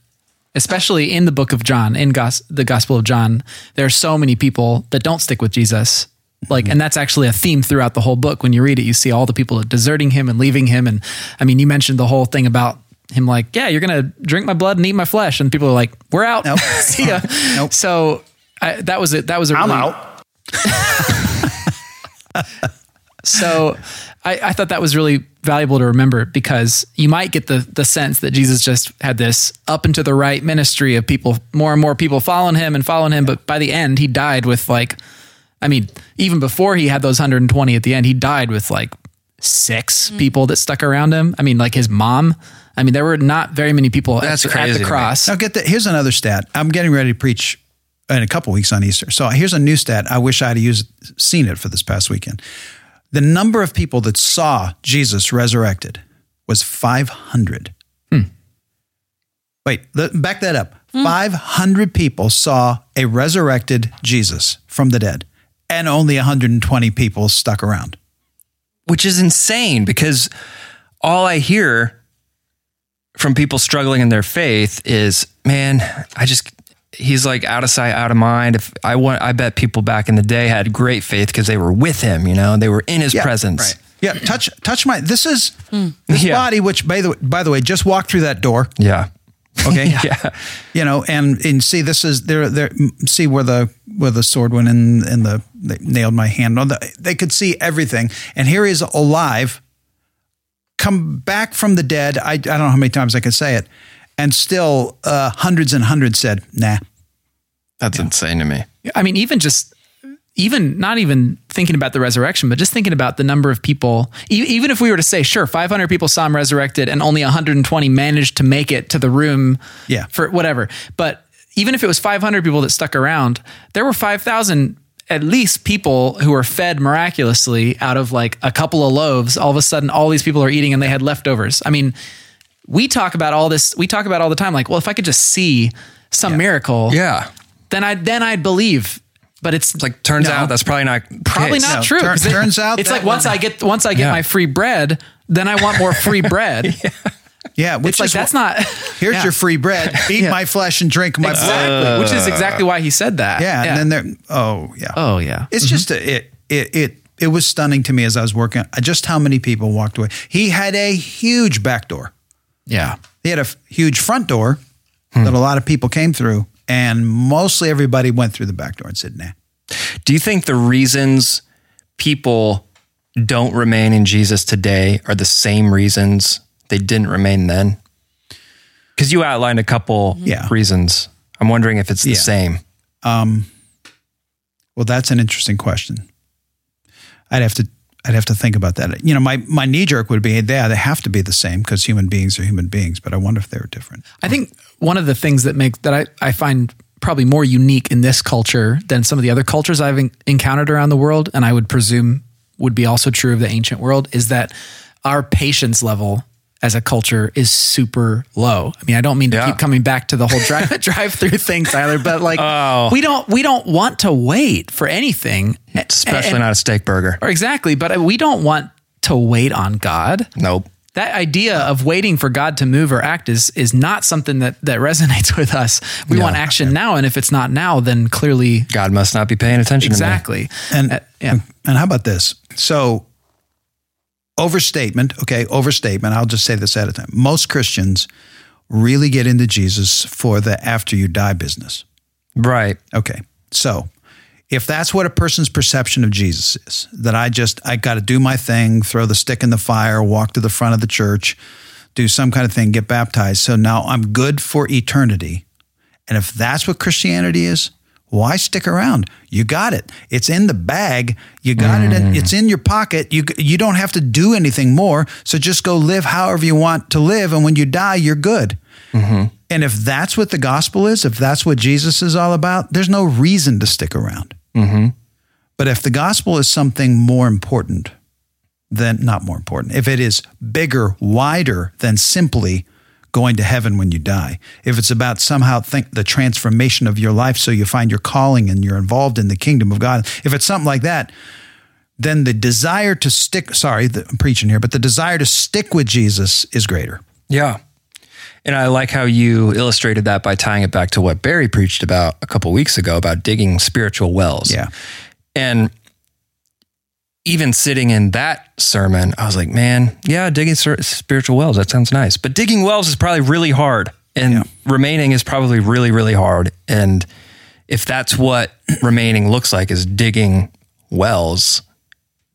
especially in the book of John, in gos- the Gospel of John, there are so many people that don't stick with Jesus.
Mm-hmm.
Like, and that's actually a theme throughout the whole book. When you read it, you see all the people deserting him and leaving him. And I mean, you mentioned the whole thing about him, like, yeah, you're going to drink my blood and eat my flesh. And people are like, we're out. *laughs*
Nope.
see ya.
Nope.
So I, that was it. That was a really, So I, I thought that was really valuable to remember because you might get the the sense that Jesus just had this up and to the right ministry of people, more and more people following him and following him. But by the end, he died with like, I mean, even before he had those 120 at the end, he died with like six
Mm-hmm.
people that stuck around him. I mean, like his mom. I mean, there were not very many people
That's
at, the-
crazy
at
to
the
me.
cross.
Now, get that. Here's another stat. I'm getting ready to preach in a couple weeks on Easter. So here's a new stat. I wish I'd used seen it for this past weekend. The number of people that saw Jesus resurrected was 500.
Hmm.
Wait, le- back that up. 500 people saw a resurrected Jesus from the dead, and only 120 people stuck around.
which is insane because all I hear from people struggling in their faith is, man, I just he's like out of sight, out of mind. If I want, I bet people back in the day had great faith because they were with him. You know, they were in his presence.
Yeah, touch touch my this is this
Yeah.
body which by the by the way just walked through that door.
Yeah,
Okay.
*laughs* yeah,
you know, and and see, this is there. There, see where the where the sword went in, and the they nailed my hand. No, the- They could see everything, and here he is alive, come back from the dead. I, I don't know how many times I could say it. And still, uh, hundreds and hundreds said, nah.
That's insane to me.
I mean, even just even not even thinking about the resurrection, but just thinking about the number of people. E- even if we were to say, sure, 500 people saw him resurrected, and only 120 managed to make it to the room,
Yeah.
for whatever. But even if it was 500 people that stuck around, there were 5,000 at least people who were fed miraculously out of like a couple of loaves. All of a sudden, all these people are eating, and they had leftovers. I mean, we talk about all this. We talk about all the time, like, well, if I could just see some miracle,
Yeah.
then I then I'd believe. But it's
It's like turns
No.
out that's probably not the
probably
case.
not
No,
true.
tur-
'cause it-
turns out
it's
that
like once
one-
I get once I get
Yeah.
my free bread, then I want more
*laughs*
free bread.
Yeah.
It's
Which
like
is wh-
that's not *laughs*
Here's
yeah.
your
*laughs*
free bread. Eat my flesh and drink my blood.
exactly, Uh, which is exactly why he said that.
Uh. Yeah, And then there, oh, yeah.
oh yeah,
It's just a, it it it it was stunning to me as I was working uh, just how many people walked away. He had a huge back door.
yeah.
He had a f- huge front door that a lot of people came through, and mostly everybody went through the back door and said, "Nah."
Do you think the reasons people don't remain in Jesus today are the same reasons they didn't remain then? Because you outlined a couple
Yeah.
reasons. I'm wondering if it's the
Yeah.
same.
Well, that's an interesting question. I'd have to I'd have to think about that. You know, my my knee jerk would be, "Yeah, they have to be the same because human beings are human beings," but I wonder if they were different.
I think one of the things that make that I, I find probably more unique in this culture than some of the other cultures I've en- encountered around the world, and I would presume would be also true of the ancient world, is that our patience level as a culture is super low. I mean, I don't mean to
Yeah.
keep coming back to the whole *laughs* drive drive through thing, Tyler, but like we don't we don't want to wait for anything,
Especially not a steak burger.
or exactly, but we don't want to wait on God
Nope.
that idea of waiting for God to move or act is is not something that that *laughs* resonates with us. We want action now, and if it's not now, then clearly
God must not be paying attention to me.
exactly.
And
Uh, yeah,
and how about this? So overstatement, okay, overstatement. I'll just say this at a time. Most Christians really get into Jesus for the after you die business.
Right.
Okay. So if that's what a person's perception of Jesus is, that I just I gotta do my thing, throw the stick in the fire, walk to the front of the church, do some kind of thing, get baptized. So now I'm good for eternity. And if that's what Christianity is, why stick around? You got it. It's in the bag. You got it. In, it's in your pocket. You you don't have to do anything more. So just go live however you want to live, and when you die, you're good. And if that's what the gospel is, if that's what Jesus is all about, there's no reason to stick around. But if the gospel is something more important than not more important, if it is bigger, wider than simply going to heaven when you die, if it's about somehow think the transformation of your life so you find your calling and you're involved in the kingdom of God, if it's something like that, then the desire to stick, sorry, the, I'm preaching here, but the desire to stick with Jesus is greater.
Yeah. And I like how you illustrated that by tying it back to what Barry preached about a couple weeks ago about digging spiritual wells.
Yeah.
And even sitting in that sermon, I was like, man, yeah, digging spir- spiritual wells, that sounds nice. But digging wells is probably really hard. And remaining is probably really, really hard. And if that's what *clears throat* remaining looks like is digging wells,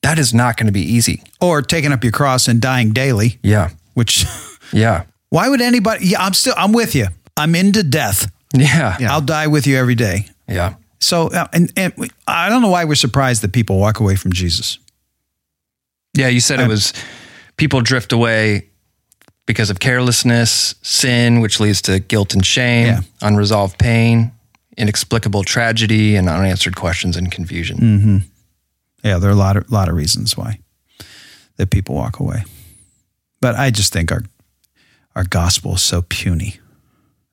that is not going to be easy.
Or taking up your cross and dying daily,
Yeah.
which *laughs*
Yeah.
why would anybody? Yeah, I'm still, I'm with you. I'm into death.
Yeah. Yeah.
I'll die with you every day.
Yeah.
So, uh, and, and we- I don't know why we're surprised that people walk away from Jesus.
Yeah, you said it was people drift away because of carelessness, sin, which leads to guilt and shame,
Yeah.
unresolved pain, inexplicable tragedy, and unanswered questions and confusion.
Hmm. Yeah, there are a lot of lot of reasons why that people walk away. But I just think our our gospel is so puny.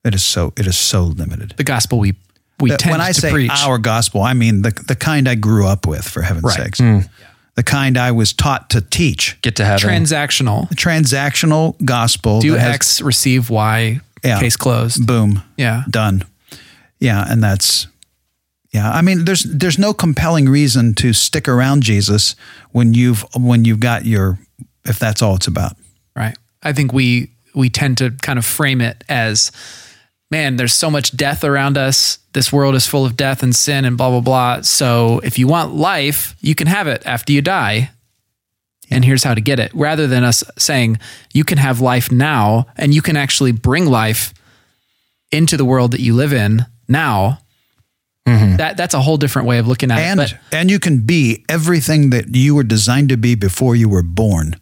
It is so it is so limited.
the gospel we we
That
tend
Uh, when I
to
say
preach.
our gospel, I mean the the kind I grew up with, for heaven's
Right. Hmm.
sakes. The kind I was taught to teach.
Get to heaven.
transactional.
Transactional gospel.
Do
that has-
X, receive Y.
Yeah.
Case closed.
boom.
Yeah.
done. Yeah, and that's yeah. I mean, there's there's no compelling reason to stick around Jesus when you've when you've got your if that's all it's about.
Right. I think we we tend to kind of frame it as man, there's so much death around us. This world is full of death and sin and blah blah blah. So if you want life, you can have it after you die. and here's how to get it rather than us saying you can have life now and you can actually bring life into the world that you live in now that that's a whole different way of looking at
And
it but
and you can be everything that you were designed to be before you were born.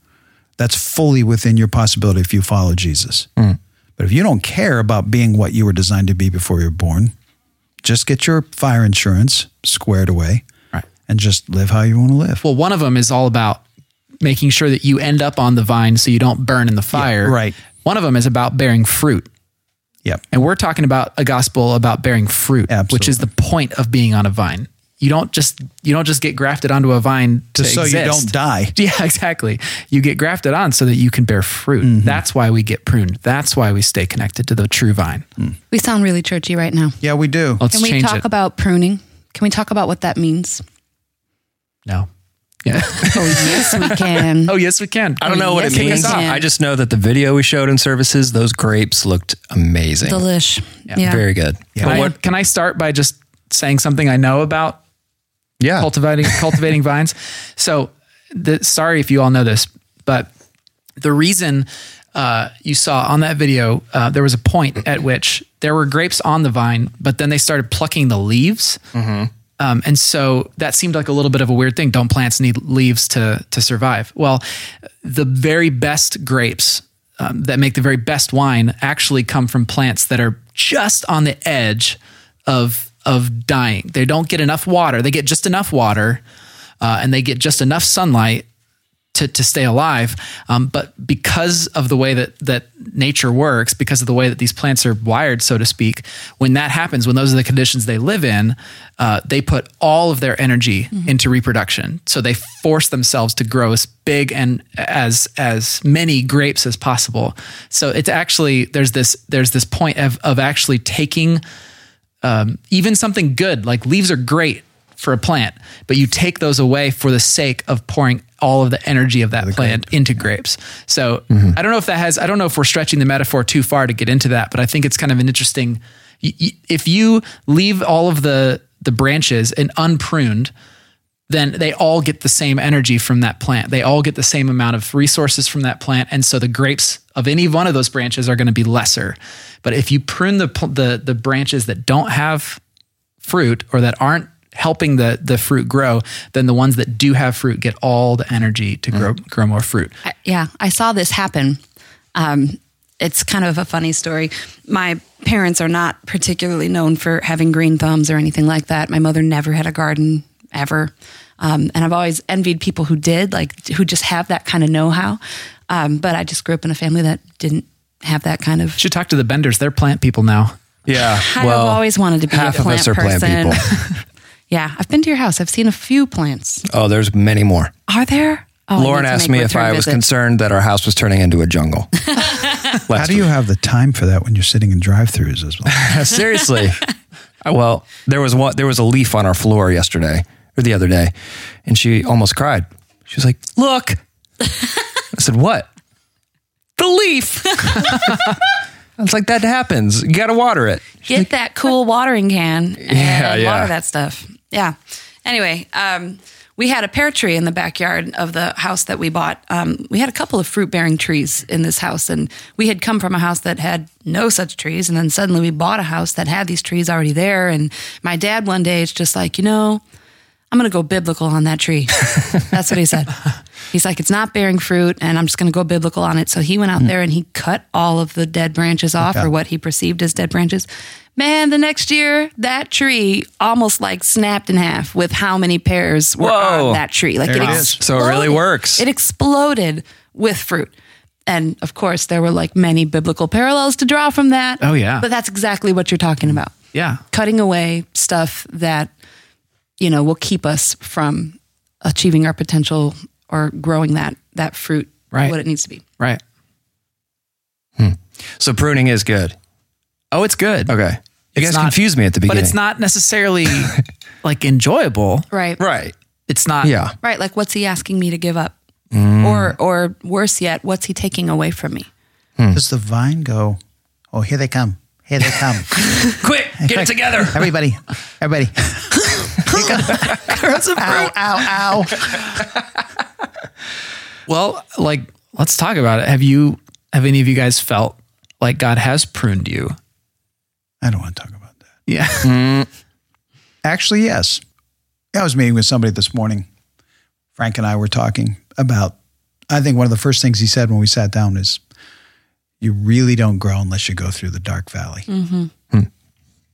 That's fully within your possibility if you follow Jesus.
Hmm.
But if you don't care about being what you were designed to be before you were born, just get your fire insurance squared away
Right.
and just live how you want to live.
well one of them is all about making sure that you end up on the vine so you don't burn in the fire
right.
one of them is about bearing fruit
yep.
And we're talking about a gospel about bearing fruit, which is the point of being on a vine. You don't just you don't just get grafted onto a vine to
so you
exist.
don't die.
*laughs* Yeah, exactly. You get grafted on so that you can bear fruit.
Mm-hmm.
That's why we get pruned. That's why we stay connected to the true vine.
Mm-hmm.
We sound really churchy right now.
Yeah, we do.
Let's
Can we
change
talk
it.
about pruning? Can we talk about what that means?
no. *laughs* Yeah.
Oh, yes, we can.
*laughs* oh yes, we can.
I don't know what
Yes,
it
we
means.
can.
I just know that the video we showed in services, those grapes looked amazing.
Delish. Yeah.
Very good.
Can
But
I,
what-
can I start by just saying something I know about
yeah.
cultivating cultivating vines. So, the, sorry if you all know this, but the reason uh, you saw on that video, uh, there was a point at which there were grapes on the vine, but then they started plucking the leaves. Um, and so that seemed like a little bit of a weird thing. Don't plants need leaves to to survive? Well, the very best grapes um, that make the very best wine actually come from plants that are just on the edge of of dying. They don't get enough water. They get just enough water, uh, and they get just enough sunlight to, to stay alive. Um, but because of the way that that nature works, because of the way that these plants are wired, so to speak, when that happens, when those are the conditions they live in, uh, they put all of their energy into reproduction. So they force themselves to grow as big and as as many grapes as possible. So it's actually there's this there's this point of of actually taking even something good like leaves are great for a plant but you take those away for the sake of pouring all of the energy of that plant into grapes so i don't know if that has i don't know if we're stretching the metaphor too far to get into that but i think it's kind of an interesting y- y- if you leave all of the the branches and unpruned then they all get the same energy from that plant. They all get the same amount of resources from that plant, and so the grapes of any one of those branches are going to be lesser. But if you prune the pl- the the branches that don't have fruit or that aren't helping the the fruit grow, then the ones that do have fruit get all the energy to grow
Mm-hmm.
grow more fruit.
I, yeah, I saw this happen. Um, it's kind of a funny story. My parents are not particularly known for having green thumbs or anything like that. My mother never had a garden ever. Um, and I've always envied people who did, like who just have that kind of know how. Um, but I just grew up in a family that didn't have that kind of.
Should talk to the benders. They're plant people now.
yeah.
I've always wanted to be a
half of us are
plant
plant
person.
people.
*laughs* Yeah, I've been to your house. I've seen a few plants.
Oh, there's many more.
Are there? Oh, I
Lauren
need to
asked
make
me if
return
I was
visits.
concerned that our house was turning into a
*laughs*
jungle. Last
How do you have the time for that when you're sitting in drive-throughs as
*laughs*
well?
Seriously. I- *laughs* well, there was one, there was a leaf on our floor yesterday or the other day, and she almost cried. She was like, "Look." I said, "What?" The
*laughs*
leaf. I was like, "That happens. You got to water it." *laughs*
get that cool watering can and
Yeah, yeah.
water that stuff. Yeah. Anyway, um, we had a pear tree in the backyard of the house that we bought. Um, we had a couple of fruit bearing trees in this house, and we had come from a house that had no such trees. And then suddenly we bought a house that had these trees already there. And my dad one day is just like, you know, I'm going to go biblical on
*laughs*
that tree. That's what he said. He's like, it's not bearing fruit, and I'm just going to go biblical on it. So he
Hmm.
went out there and he cut all of the dead branches off, or what he perceived as dead branches. Man, the next year, that tree almost like snapped in half with how many pears were
Whoa.
on that tree. Like it,
it is.
exploded.
So it really works.
It exploded with fruit. And of course, there were like many biblical parallels to draw from that.
Oh, yeah.
But that's exactly what you're talking about
Yeah.
cutting away stuff that you know will keep us from achieving our potential or growing that that fruit
Right.
what it needs to be.
Right.
So pruning is good.
Oh, it's good.
Okay. You guys
not-
confused me at the beginning.
But it's not necessarily
*laughs*
like enjoyable.
Right.
right.
It's not
Yeah.
Right, like what's he asking me to give up? Or or worse yet, what's he taking away from me?
Hmm.
Does the vine go, oh, here they come. Here they come.
Quick, *laughs* get it together.
Everybody, everybody.
*laughs*
ow, ow, ow.
Well, like let's talk about it. Have you have any of you guys felt like God has pruned you? Mm.
I don't want to talk about that.
Yeah.
Actually, yes. I was meeting with somebody this morning. Frank and I were talking about, I think one of the first things he said when we sat down is, you really don't grow unless you go through the dark valley.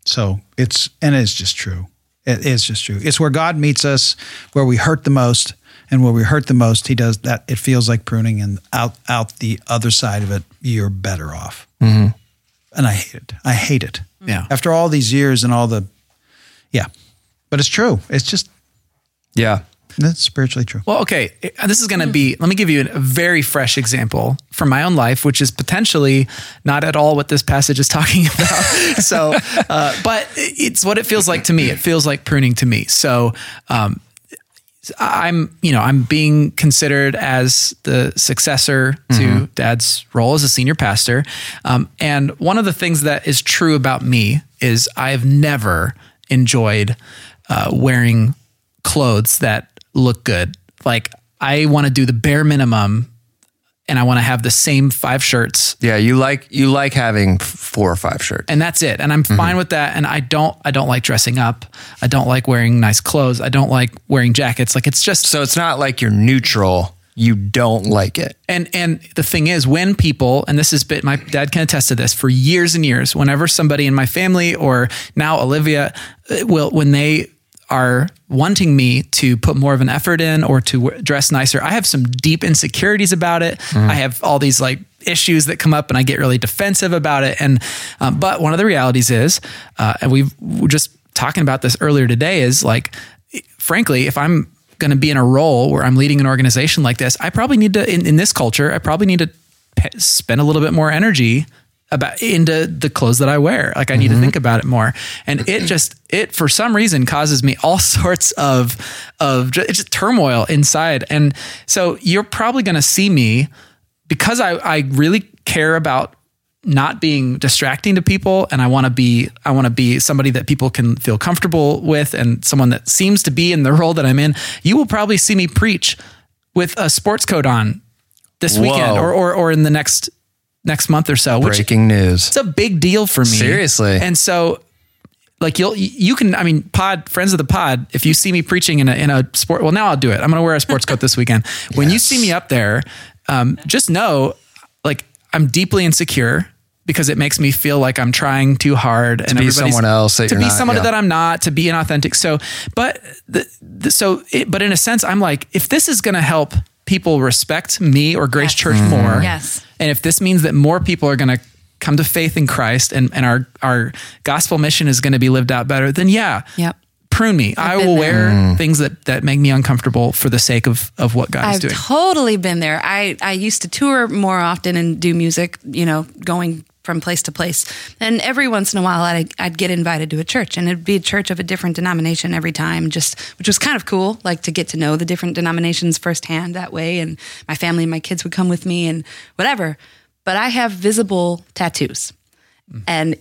So it's, and it's just true. It is just true. It's where God meets us, where we hurt the most. And where we hurt the most, he does that. It feels like pruning, and out out the other side of it, you're better off. And I hate it. I hate it.
Yeah.
After all these years and all the yeah. But it's true. It's just,
Yeah.
it's spiritually true.
Well, okay. uh, This is going to be, let me give you an- a very fresh example from my own life, which is potentially not at all what this passage is talking *laughs* about. so, uh, but it's what it feels like to me. It feels like pruning to me. So, um, I'm, you know, I'm being considered as the successor to dad's role as a senior pastor. Um, and one of the things that is true about me is I've never enjoyed uh, wearing clothes that look good. Like I want to do the bare minimum and I want to have the same five shirts
Yeah. You like you like having f- four or five shirts.
and that's it and i'm fine with that and i don't i don't like dressing up i don't like wearing nice clothes i don't like wearing jackets like it's just
so it's not like you're neutral. You don't like it.
and and the thing is when people and this has been my dad can attest to this for years and years whenever somebody in my family or now olivia uh, will when they are wanting me to put more of an effort in or to w- dress nicer i have some deep insecurities about it i have all these like issues that come up and i get really defensive about it and um, but one of the realities is uh, and we've we're just talking about this earlier today is like frankly, if I'm going to be in a role where I'm leading an organization like this, I probably need to, in, in this culture, I probably need to pe- spend a little bit more energy about into the clothes that I wear. Like I need to think about it more. And it just, it for some reason causes me all *laughs* sorts of, of ju- it's just turmoil inside. And so you're probably going to see me because I, I really care about not being distracting to people and I want to be I want to be somebody that people can feel comfortable with and someone that seems to be in the role that I'm in. You will probably see me preach with a sports coat on this weekend
Whoa.
or, or or in the next next month or so, which
Breaking news.
it's a big deal for me.
Seriously.
And so like you'll you can I mean pod friends of the pod if you see me preaching in a in a sport well now I'll do it I'm gonna wear a sports coat
*laughs*
this weekend when you see me up there um, just know like I'm deeply insecure because it makes me feel like I'm trying too hard and
be
everybody's-
someone else that
to
you're
be
not,
someone
yeah.
that I'm not to be inauthentic so but the, the, so it, but in a sense I'm like if this is gonna help people respect me or Grace
Yes. Mm-hmm.
Church more
Yes.
and if this means that more people are going to come to faith in Christ and, and our, our gospel mission is going to be lived out better, then yeah,
Yep.
prune me. i
been
will
there.
wear things that, that make me uncomfortable for the sake of, of what God is
I've
doing.
totally been there. I, I used to tour more often and do music, you know, going from place to place. And every once in a while, I'd, I'd get invited to a church, and it'd be a church of a different denomination every time, just which was kind of cool, like to get to know the different denominations firsthand that way. And my family and my kids would come with me and whatever. But I have visible tattoos. And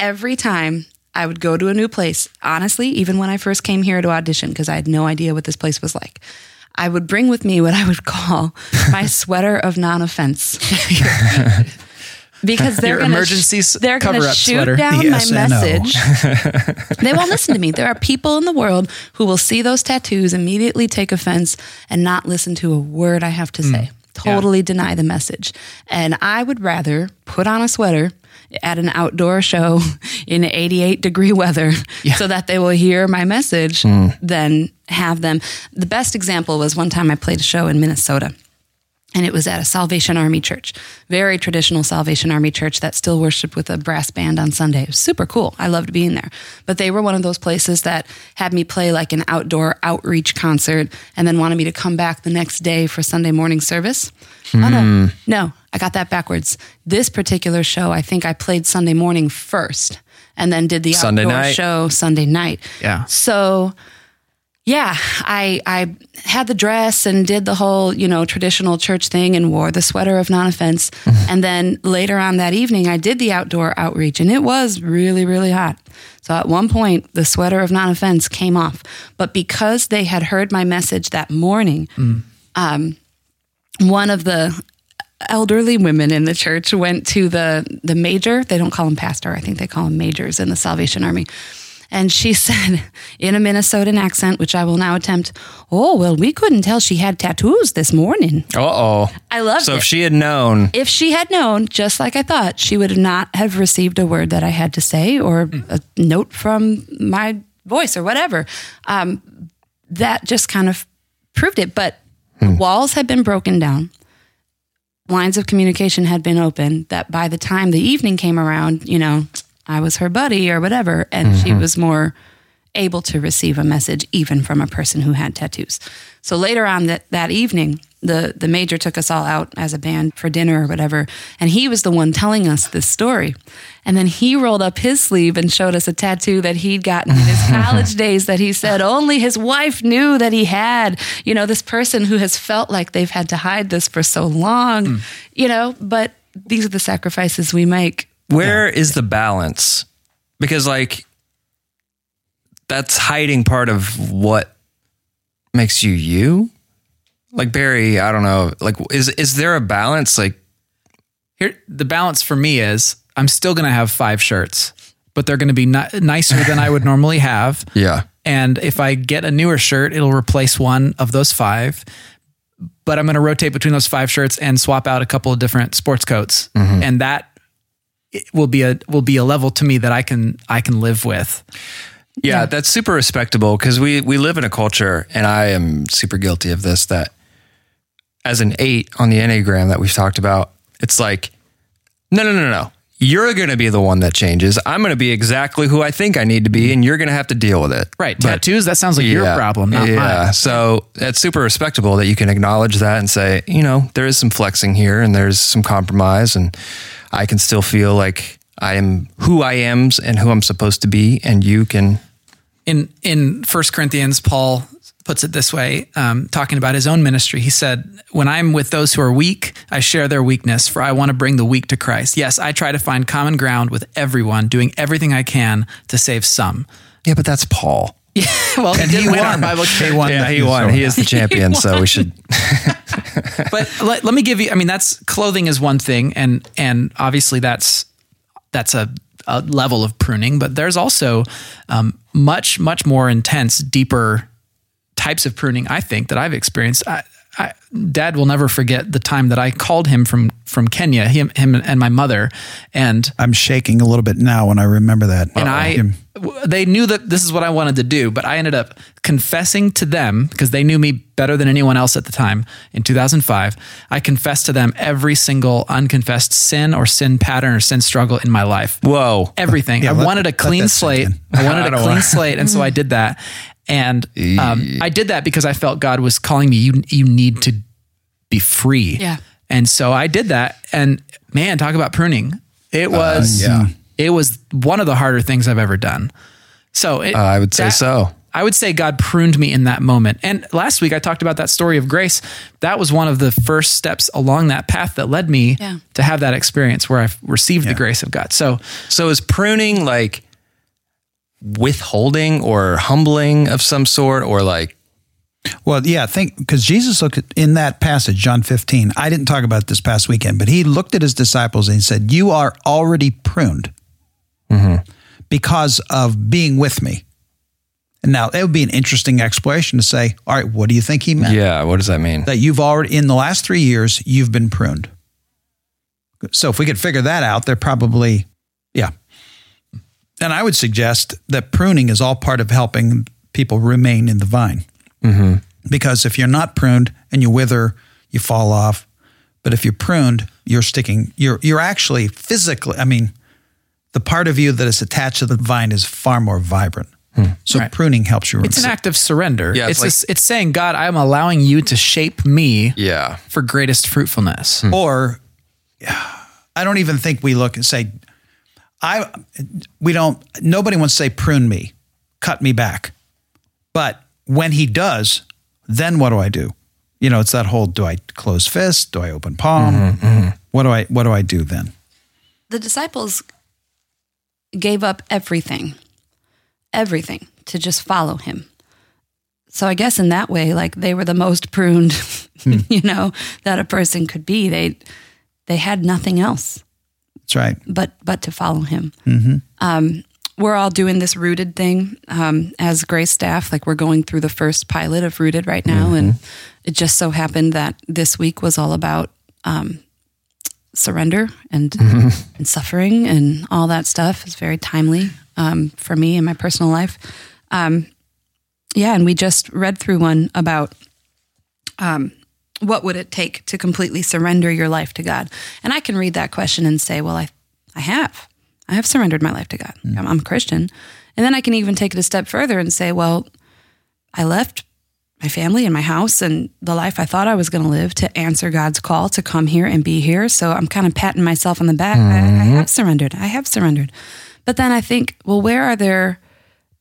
every time I would go to a new place, honestly, even when I first came here to audition, because I had no idea what this place was like, I would bring with me what I would call my sweater of non offense. Because they're
Your
going
emergency s-
to they're going to
cover-up
shoot
sweater.
down
The
my
SNO.
message. they won't listen to me. There are people in the world who will see those tattoos immediately take offense and not listen to a word I have to say. Totally deny the message. And I would rather put on a sweater at an outdoor show *laughs* in 88 degree weather so that they will hear my message than have them. The best example was one time I played a show in Minnesota and it was at a Salvation Army church, very traditional Salvation Army church that still worshiped with a brass band on Sunday. It was super cool. I loved being there. But they were one of those places that had me play like an outdoor outreach concert and then wanted me to come back the next day for Sunday morning service. Oh,
Hmm.
no. No, I got that backwards. This particular show, I think I played Sunday morning first and then did the
Sunday
outdoor
night.
show Sunday night.
Yeah.
So yeah, I I had the dress and did the whole, you know, traditional church thing and wore the sweater of non-offense. and then later on that evening I did the outdoor outreach and it was really really hot. So at one point the sweater of non-offense came off, but because they had heard my message that morning, um, one of the elderly women in the church went to the the major they don't call him pastor i think they call him majors in the salvation army and she *laughs* said in a minnesotan accent which i will now attempt oh well we couldn't tell she had tattoos this morning
Uh oh.
I loved
So if
it.
she had known,
if she had known just like i thought she would not have received a word that i had to say or a note from my voice or whatever um, that just kind of proved it but the walls had been broken down lines of communication had been open that by the time the evening came around, you know, I was her buddy or whatever, and she was more able to receive a message even from a person who had tattoos. So later on that, that evening, the, the major took us all out as a band for dinner or whatever, and he was the one telling us this story. And then he rolled up his sleeve and showed us a tattoo that he'd gotten in his college days that he said only his wife knew that he had. You know, this person who has felt like they've had to hide this for so long, you know, but these are the sacrifices we make.
where is the balance? Because like that's hiding part of what makes you you. Like Barry, I don't know. Like is is there a balance? Like
Here, the balance for me is I'm still going to have five shirts, but they're going to be ni- nicer than I would normally have.
yeah.
And if I get a newer shirt, it'll replace one of those five. But I'm going to rotate between those five shirts and swap out a couple of different sports coats,
Mm-hmm.
and that it will be a will be a level to me that I can I can live with.
Yeah, that's super respectable because we we live in a culture, and I am super guilty of this. That as an eight on the enneagram that we've talked about, it's like, no, no, no, no. You're going to be the one that changes. I'm going to be exactly who I think I need to be, and you're going to have to deal with it.
Right?
But-
Tattoos. That sounds like your
yeah.
problem, not
yeah.
mine.
So that's super respectable that you can acknowledge that and say, you know, there is some flexing here and there's some compromise, and I can still feel like I am who I am and who I'm supposed to be, and you can.
in in First Corinthians, Paul puts it this way, um, talking about his own ministry. He said, "When I'm with those who are weak, I share their weakness, for I want to bring the weak to Christ. Yes, I try to find common ground with everyone, doing everything I can to save some."
Yeah, but that's Paul.
well, and he won. Our Bible
He won.
Yeah,
the-
he won.
so-
He is the champion, so we should.
but let, let me give you i mean that's clothing is one thing and and obviously that's that's a, a level of pruning but there's also um, much much more intense deeper types of pruning i think that i've experienced I, I, dad will never forget the time that i called him from from kenya him, him and my mother and
I'm shaking a little bit now when I remember that.
and I,
Him.
w- they knew that this is what I wanted to do, but I ended up confessing to them because they knew me better than anyone else at the time in 2005. I confessed to them every single unconfessed sin or sin pattern or sin struggle in my life.
*laughs* Whoa.
Everything. I
let-
wanted a
let
clean
that sink
slate.
in.
I wanted a clean slate. And so I did that. And um, I did that because I felt God was calling me, you, you need to be free.
Yeah.
And so I did that. And man, talk about pruning. It was it was one of the harder things I've ever done. So it,
I would say
that-
so.
I would say God pruned me in that moment. And last week I talked about that story of grace. That was one of the first steps along that path that led me
Yeah.
to have that experience where I received the grace of God. So
So is pruning like withholding or humbling of some sort, or like
Well, yeah, think because Jesus looked at, in that passage, John 15. I didn't talk about it this past weekend, but he looked at his disciples and he said, You are already pruned because of being with me. And now it would be an interesting exploration to say, All right, what do you think he meant?
yeah? What does that mean?
That you've already, in the last three years, you've been pruned. So if we could figure that out, they're probably, yeah. And I would suggest that pruning is all part of helping people remain in the vine because if you're not pruned and you wither, you fall off. But if you're pruned, you're sticking. You're you're actually physically. I mean, the part of you that is attached to the vine is far more vibrant. So pruning helps you.
it's an act of surrender.
Yeah,
it's
it's
it's, it's saying, God, I'm allowing you to shape me
Yeah. Hmm.
for greatest fruitfulness.
or I don't even think we look and say, I we don't. Nobody wants to say prune me, cut me back. But when he does, then what do I do? You know, it's that whole: do I close fist? Do I open palm? What do I What do I do then?
The disciples gave up everything, everything to just follow him. So I guess in that way, like they were the most pruned *laughs* you know, that a person could be. They they had nothing else
That's right.
but but to follow him. Um, we're all doing this rooted thing um, as Grace staff. Like we're going through the first pilot of Rooted right now, and it just so happened that this week was all about um, surrender and and suffering and all that stuff. It's very timely um, for me in my personal life. Um, yeah, and we just read through one about what would it take to completely surrender your life to God? And I can read that question and say, well, I, I have. I have surrendered my life to God. I'm, I'm a Christian. And then I can even take it a step further and say, well, I left my family and my house and the life I thought I was going to live to answer God's call to come here and be here. So I'm kind of patting myself on the back. I, I have surrendered. I have surrendered. But then I think, well, where are there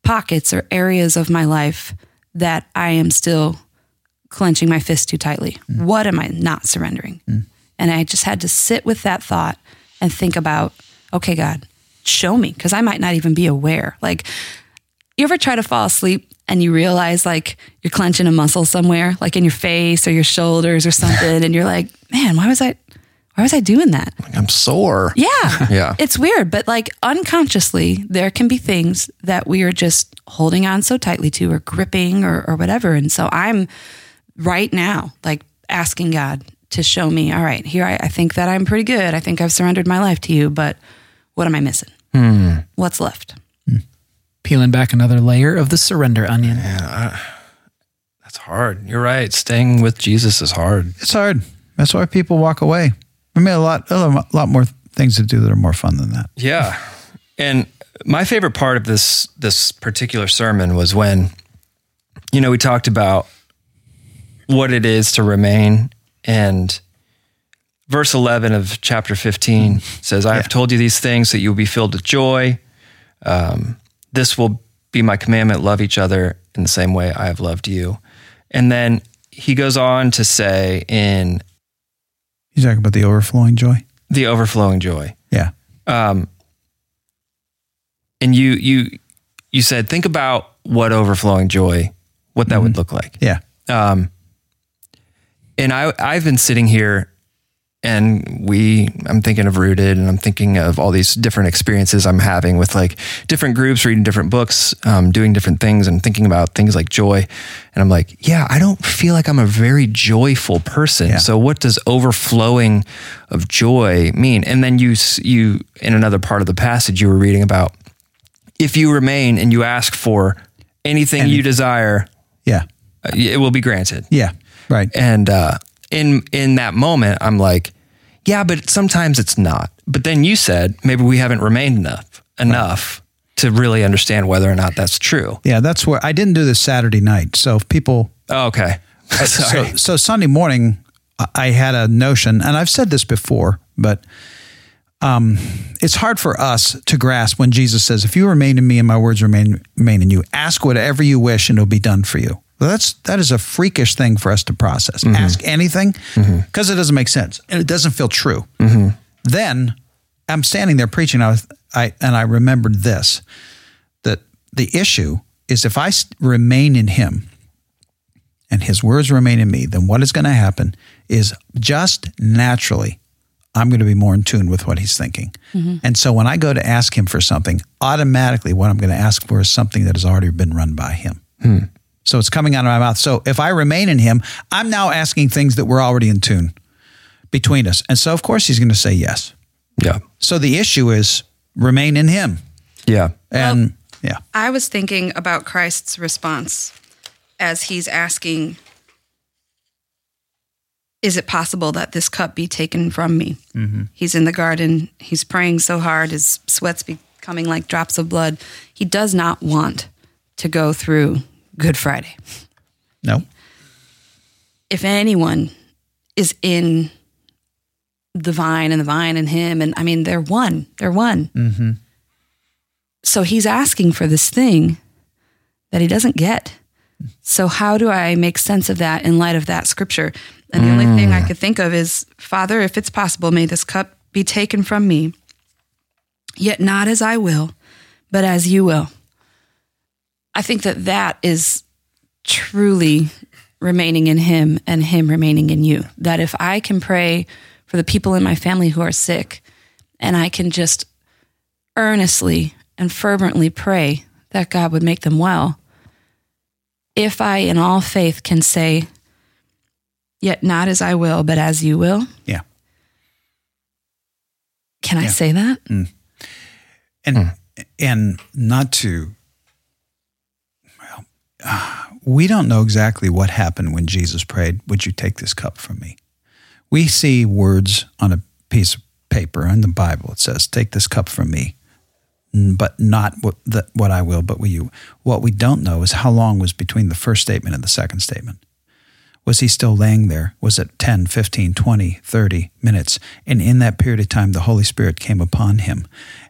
pockets or areas of my life that I am still clenching my fist too tightly. What am I not surrendering? And I just had to sit with that thought and think about, okay, God, show me, because I might not even be aware. Like, you ever try to fall asleep and you realize like you're clenching a muscle somewhere, like in your face or your shoulders or something, and you're like, man, why was I, why was I doing that?
I'm sore.
Yeah.
Yeah.
It's weird, but like unconsciously, there can be things that we are just holding on so tightly to or gripping or, or whatever. And so I'm right now, like asking God to show me, all right, here, I, I think that I'm pretty good. I think I've surrendered my life to you, but what am I missing? What's left?
Peeling back another layer of the surrender onion.
That's hard. You're right. Staying with Jesus is hard.
It's hard. That's why people walk away. I mean, a lot, a lot more things to do that are more fun than that.
Yeah. And my favorite part of this this particular sermon was when you know, we talked about what it is to remain and verse 11 of chapter 15 says, "I have told you these things that you will be filled with joy. Um, this will be my commandment, love each other in the same way I have loved you." And then he goes on to say in
You talking about the overflowing joy?
the overflowing joy.
Yeah.
um, and you you you said think about what overflowing joy what that would look like
Yeah.
um, and I I've been sitting here and we I'm thinking of rooted and I'm thinking of all these different experiences I'm having with like different groups reading different books um, doing different things and thinking about things like joy and I'm like yeah I don't feel like I'm a very joyful person
Yeah.
so what does overflowing of joy mean and then you s- you in another part of the passage you were reading about if you remain and you ask for anything you desire
Yeah.
uh, it will be granted
Yeah. Right.
and uh, in in that moment, I'm like, yeah, but sometimes it's not. But then you said maybe we haven't remained enough enough to really understand whether or not that's true.
Yeah. That's where I didn't do this Saturday night. So if people
Oh, okay, *laughs* sorry.
So, so Sunday morning, I- I had a notion, and I've said this before, but um, it's hard for us to grasp when Jesus says, "If you remain in me and my words remain remain in you, ask whatever you wish, and it'll be done for you." Well, that's that is a freakish thing for us to process. Ask anything because it doesn't make sense and it doesn't feel true. Then I'm standing there preaching. I, was, I and I remembered this that the issue is if I s- remain in Him and his words remain in me, then what is going to happen is just naturally, I'm going to be more in tune with what he's thinking. And so when I go to ask him for something, automatically what I'm going to ask for is something that has already been run by him. So it's coming out of my mouth. So if I remain in him, I'm now asking things that were already in tune between us. And so, of course, he's going to say yes.
yeah,
So the issue is remain in him.
yeah,
And yeah,
I was thinking about Christ's response as he's asking, Is it possible that this cup be taken from me? He's in the garden. He's praying so hard. His sweat's becoming like drops of blood. He does not want to go through Good Friday
no,
if anyone is in the vine and the vine and him and i mean they're one they're one so he's asking for this thing that he doesn't get so how do i make sense of that in light of that scripture and the only thing i could think of is father if it's possible may this cup be taken from me yet not as i will but as you will i think that that is truly remaining in Him and Him remaining in you. That if I can pray for the people in my family who are sick and I can just earnestly and fervently pray that God would make them well, if I in all faith can say, Yet not as I will, but as you will,
Yeah.
can I
Yeah. Mm.
say that?
and and not to well ah, we don't know exactly what happened when jesus prayed would you take this cup from me we see words on a piece of paper in the bible it says take this cup from me Mm, but not what, the, what i will but what you what we don't know is how long was between the first statement and the second statement was he still laying there? Was it 10, 15, 20, 30 minutes? And in that period of time, the Holy Spirit came upon him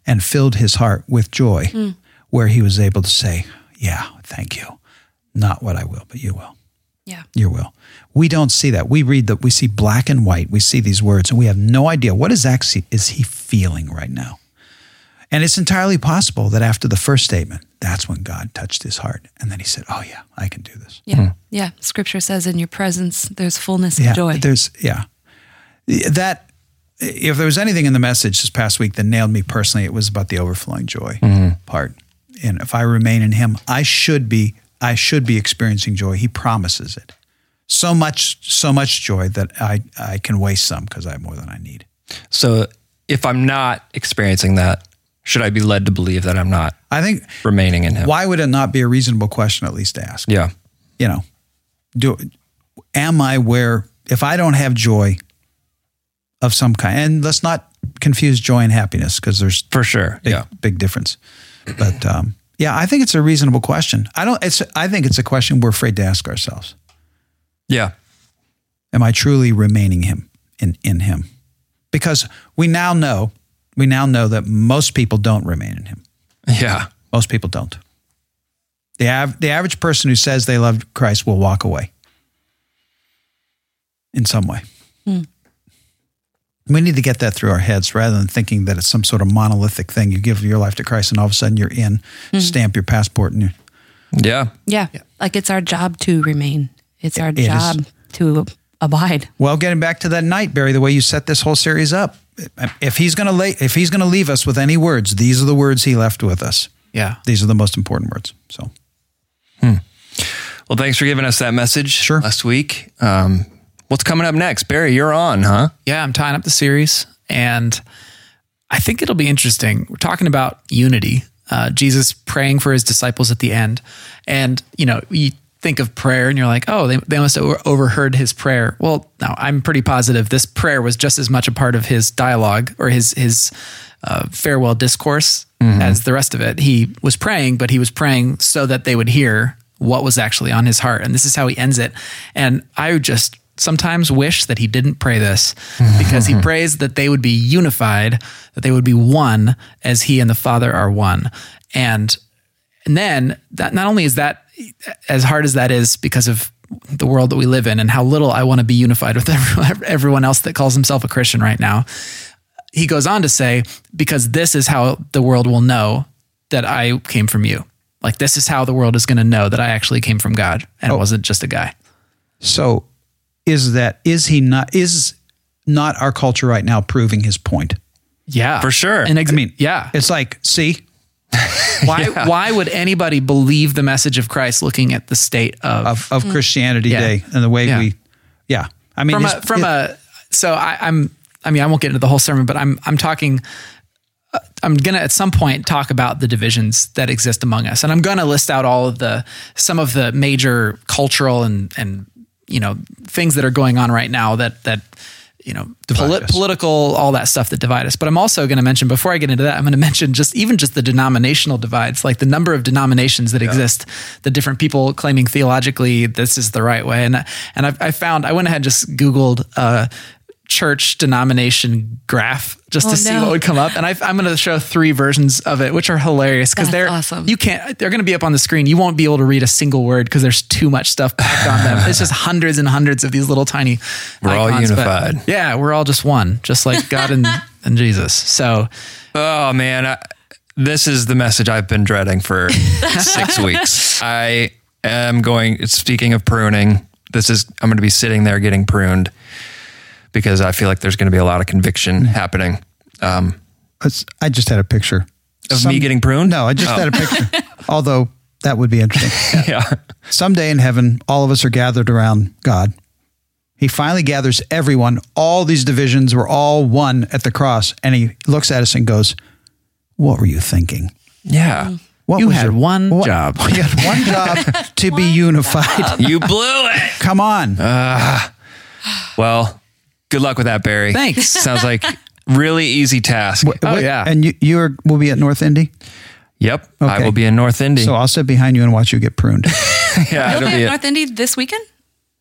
and filled his heart with joy, where he was able to say, Yeah, thank you. Not what I will, but you will.
Yeah.
Your will. We don't see that. We read that. We see black and white. We see these words, and we have no idea what is actually is he feeling right now. And it's entirely possible that after the first statement, that's when God touched his heart, and then he said, "Oh yeah, I can do this."
Yeah. Yeah. Scripture says, in your presence, there's fullness
Hmm. yeah,
of joy.
There's yeah. That if there was anything in the message this past week that nailed me personally, it was about the overflowing joy part. And if I remain in him, I should be I should be experiencing joy. He promises it. So much so much joy that I I can waste some because I have more than I need.
So if I'm not experiencing that, should I be led to believe that I'm not
I think
remaining in him?
why would it not be a reasonable question at least to ask?
Yeah.
you know, do am I where if I don't have joy of some kind, and let's not confuse joy and happiness because there's
For sure.
big,
Yeah.
big difference. But um, yeah, I think it's a reasonable question. I don't. It's I think it's a question we're afraid to ask ourselves.
Yeah.
Am I truly remaining Him in in Him? Because we now know we now know that most people don't remain in Him.
Yeah.
Most people don't. The, av- the average person who says they love Christ will walk away in some way. We need to get that through our heads rather than thinking that it's some sort of monolithic thing. You give your life to Christ and all of a sudden you're in, stamp your passport and you
Yeah.
Yeah. Like it's our job to remain. It's our
is.
job to abide.
Well, getting back to that night, Barry, the way you set this whole series up, if he's going to lay, if he's going to leave us with any words, these are the words he left with us.
Yeah.
These are the most important words. So,
Well, thanks for giving us that message
Sure.
last week. Um, what's coming up next? Barry, you're on, huh?
Yeah, I'm tying up the series, and I think it'll be interesting. We're talking about unity. Uh, Jesus praying for his disciples at the end, and you know you think of prayer, and you're like, oh, they they must have over- overheard his prayer. Well, no, I'm pretty positive this prayer was just as much a part of his dialogue or his his uh, farewell discourse as the rest of it. He was praying, but he was praying so that they would hear what was actually on his heart. And this is how he ends it. And I just sometimes wish that he didn't pray this because he prays that they would be unified, that they would be one as he and the Father are one. And and then that not only is that as hard as that is because of the world that we live in and how little I want to be unified with *laughs* everyone- everyone else that calls himself a Christian right now he goes on to say, because this is how the world will know that I came from you. Like this is how the world is going to know that I actually came from God and it wasn't just a guy.
so is that is he not is not our culture right now proving his point?
Yeah,
For sure.
And ex-
I mean,
yeah.
It's like, see,
*laughs* Why? Why would anybody believe the message of Christ looking at the state of,
of, of Christianity Day and the way
Yeah.
we, yeah. I mean,
from a
it's-
from
it-
a? So I, I'm. I mean, I won't get into the whole sermon, but I'm. I'm talking. uh, I'm gonna at some point talk about the divisions that exist among us, and I'm gonna list out all of the some of the major cultural and and you know things that are going on right now that that you know poli-
us.
political all that stuff that divide us. But I'm also gonna mention before I get into that, I'm gonna *laughs* mention just even just the denominational divides, like the number of denominations that exist, the different people claiming theologically this is the right way, and and I, I found I went ahead and just googled. Uh, church denomination graph just
Oh,
to see
no.
what would come up. And I, I'm going to show three versions of it, which are hilarious because
That's
they're
awesome.
You can't. They're going to be up on the screen. You won't be able to read a single word because there's too much stuff packed on them. It's just hundreds and hundreds of these little tiny.
We're all
icons, but
unified.
yeah, we're all just one, just like
*laughs*
God and, and Jesus. So
Oh man, I, this is the message I've been
*laughs*
dreading for six weeks. I am going. Speaking of pruning, This is I'm going to be sitting there getting pruned because I feel like there's going to be a lot of conviction
Mm.
happening. Um,
It's- I just had a picture
Of me getting pruned?
No, I just
Oh.
had
*laughs*
a picture. Although that would be interesting.
*laughs* yeah,
Someday in heaven, all of us are gathered around God. He finally gathers everyone. All these divisions were all one at the cross, and he looks at us and goes, "What were you thinking?
yeah.
What
You
was
had
your-
one
what-
job.
*laughs* You had one
*laughs*
job to be unified.
You blew it.
*laughs* Come on,
Uh,
Well, good luck with that, Barry.
Thanks.
Sounds like really easy task.
oh,
What-
yeah.
And you, you are, will be at North Indy,
yep, I
Okay.
will be in North Indy.
so I'll sit behind you and watch you get pruned.
*laughs* yeah,
You'll
it'll
be
be
*laughs*
it.
at North Indy this weekend?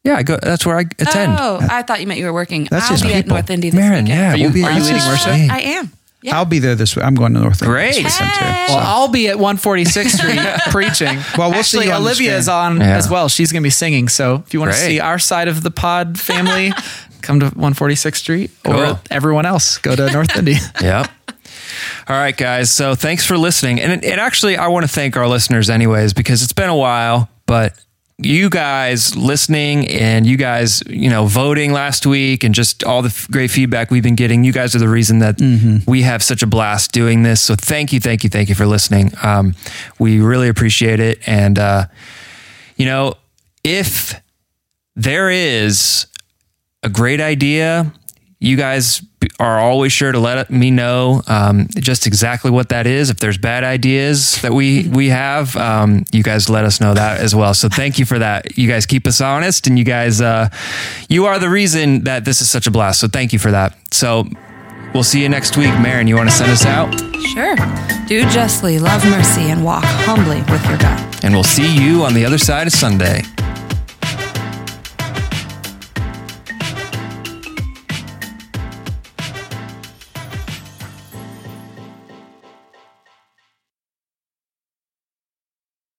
yeah, I go. That's where I attend.
Oh, I thought you meant you were working.
That's
I'll
just
be at
people.
North Indy this
Marin,
weekend.
yeah,
you-
we'll be
are
at
you
your
leading
church.
worship?
Hey.
I am. Yeah.
I'll be there this week. I'm going to North Indy.
Great.
this weekend, too.
Hey.
Well, I'll be at 146th
*laughs*
Street preaching.
Well, we'll see
Actually,
you on the
Olivia
screen.
is on
Yeah.
as well. She's going to be singing. So if you want to
Great.
see our side of the
*laughs*
pod family, come to 146th Street
Cool.
or everyone else, go to North
*laughs*
Indy.
Yep. All right, guys. So thanks for listening. And, and actually, I want to thank our listeners, anyways, because it's been a while, but you guys listening and you guys, you know, voting last week and just all the f- great feedback we've been getting, you guys are the reason that we have such a blast doing this. So thank you, thank you, thank you for listening. Um, we really appreciate it. And, uh, you know, if there is a great idea. You guys are always sure to let me know um, just exactly what that is. If there's bad ideas that we we have, um, you guys let us know that as well. So thank you for that. You guys keep us honest, and you guys uh, you are the reason that this is such a blast. So thank you for that. So we'll see you next week, Marin. You want to send us out,
Sure. Do justly, love mercy, and walk humbly with your God.
and we'll see you on the other side of Sunday.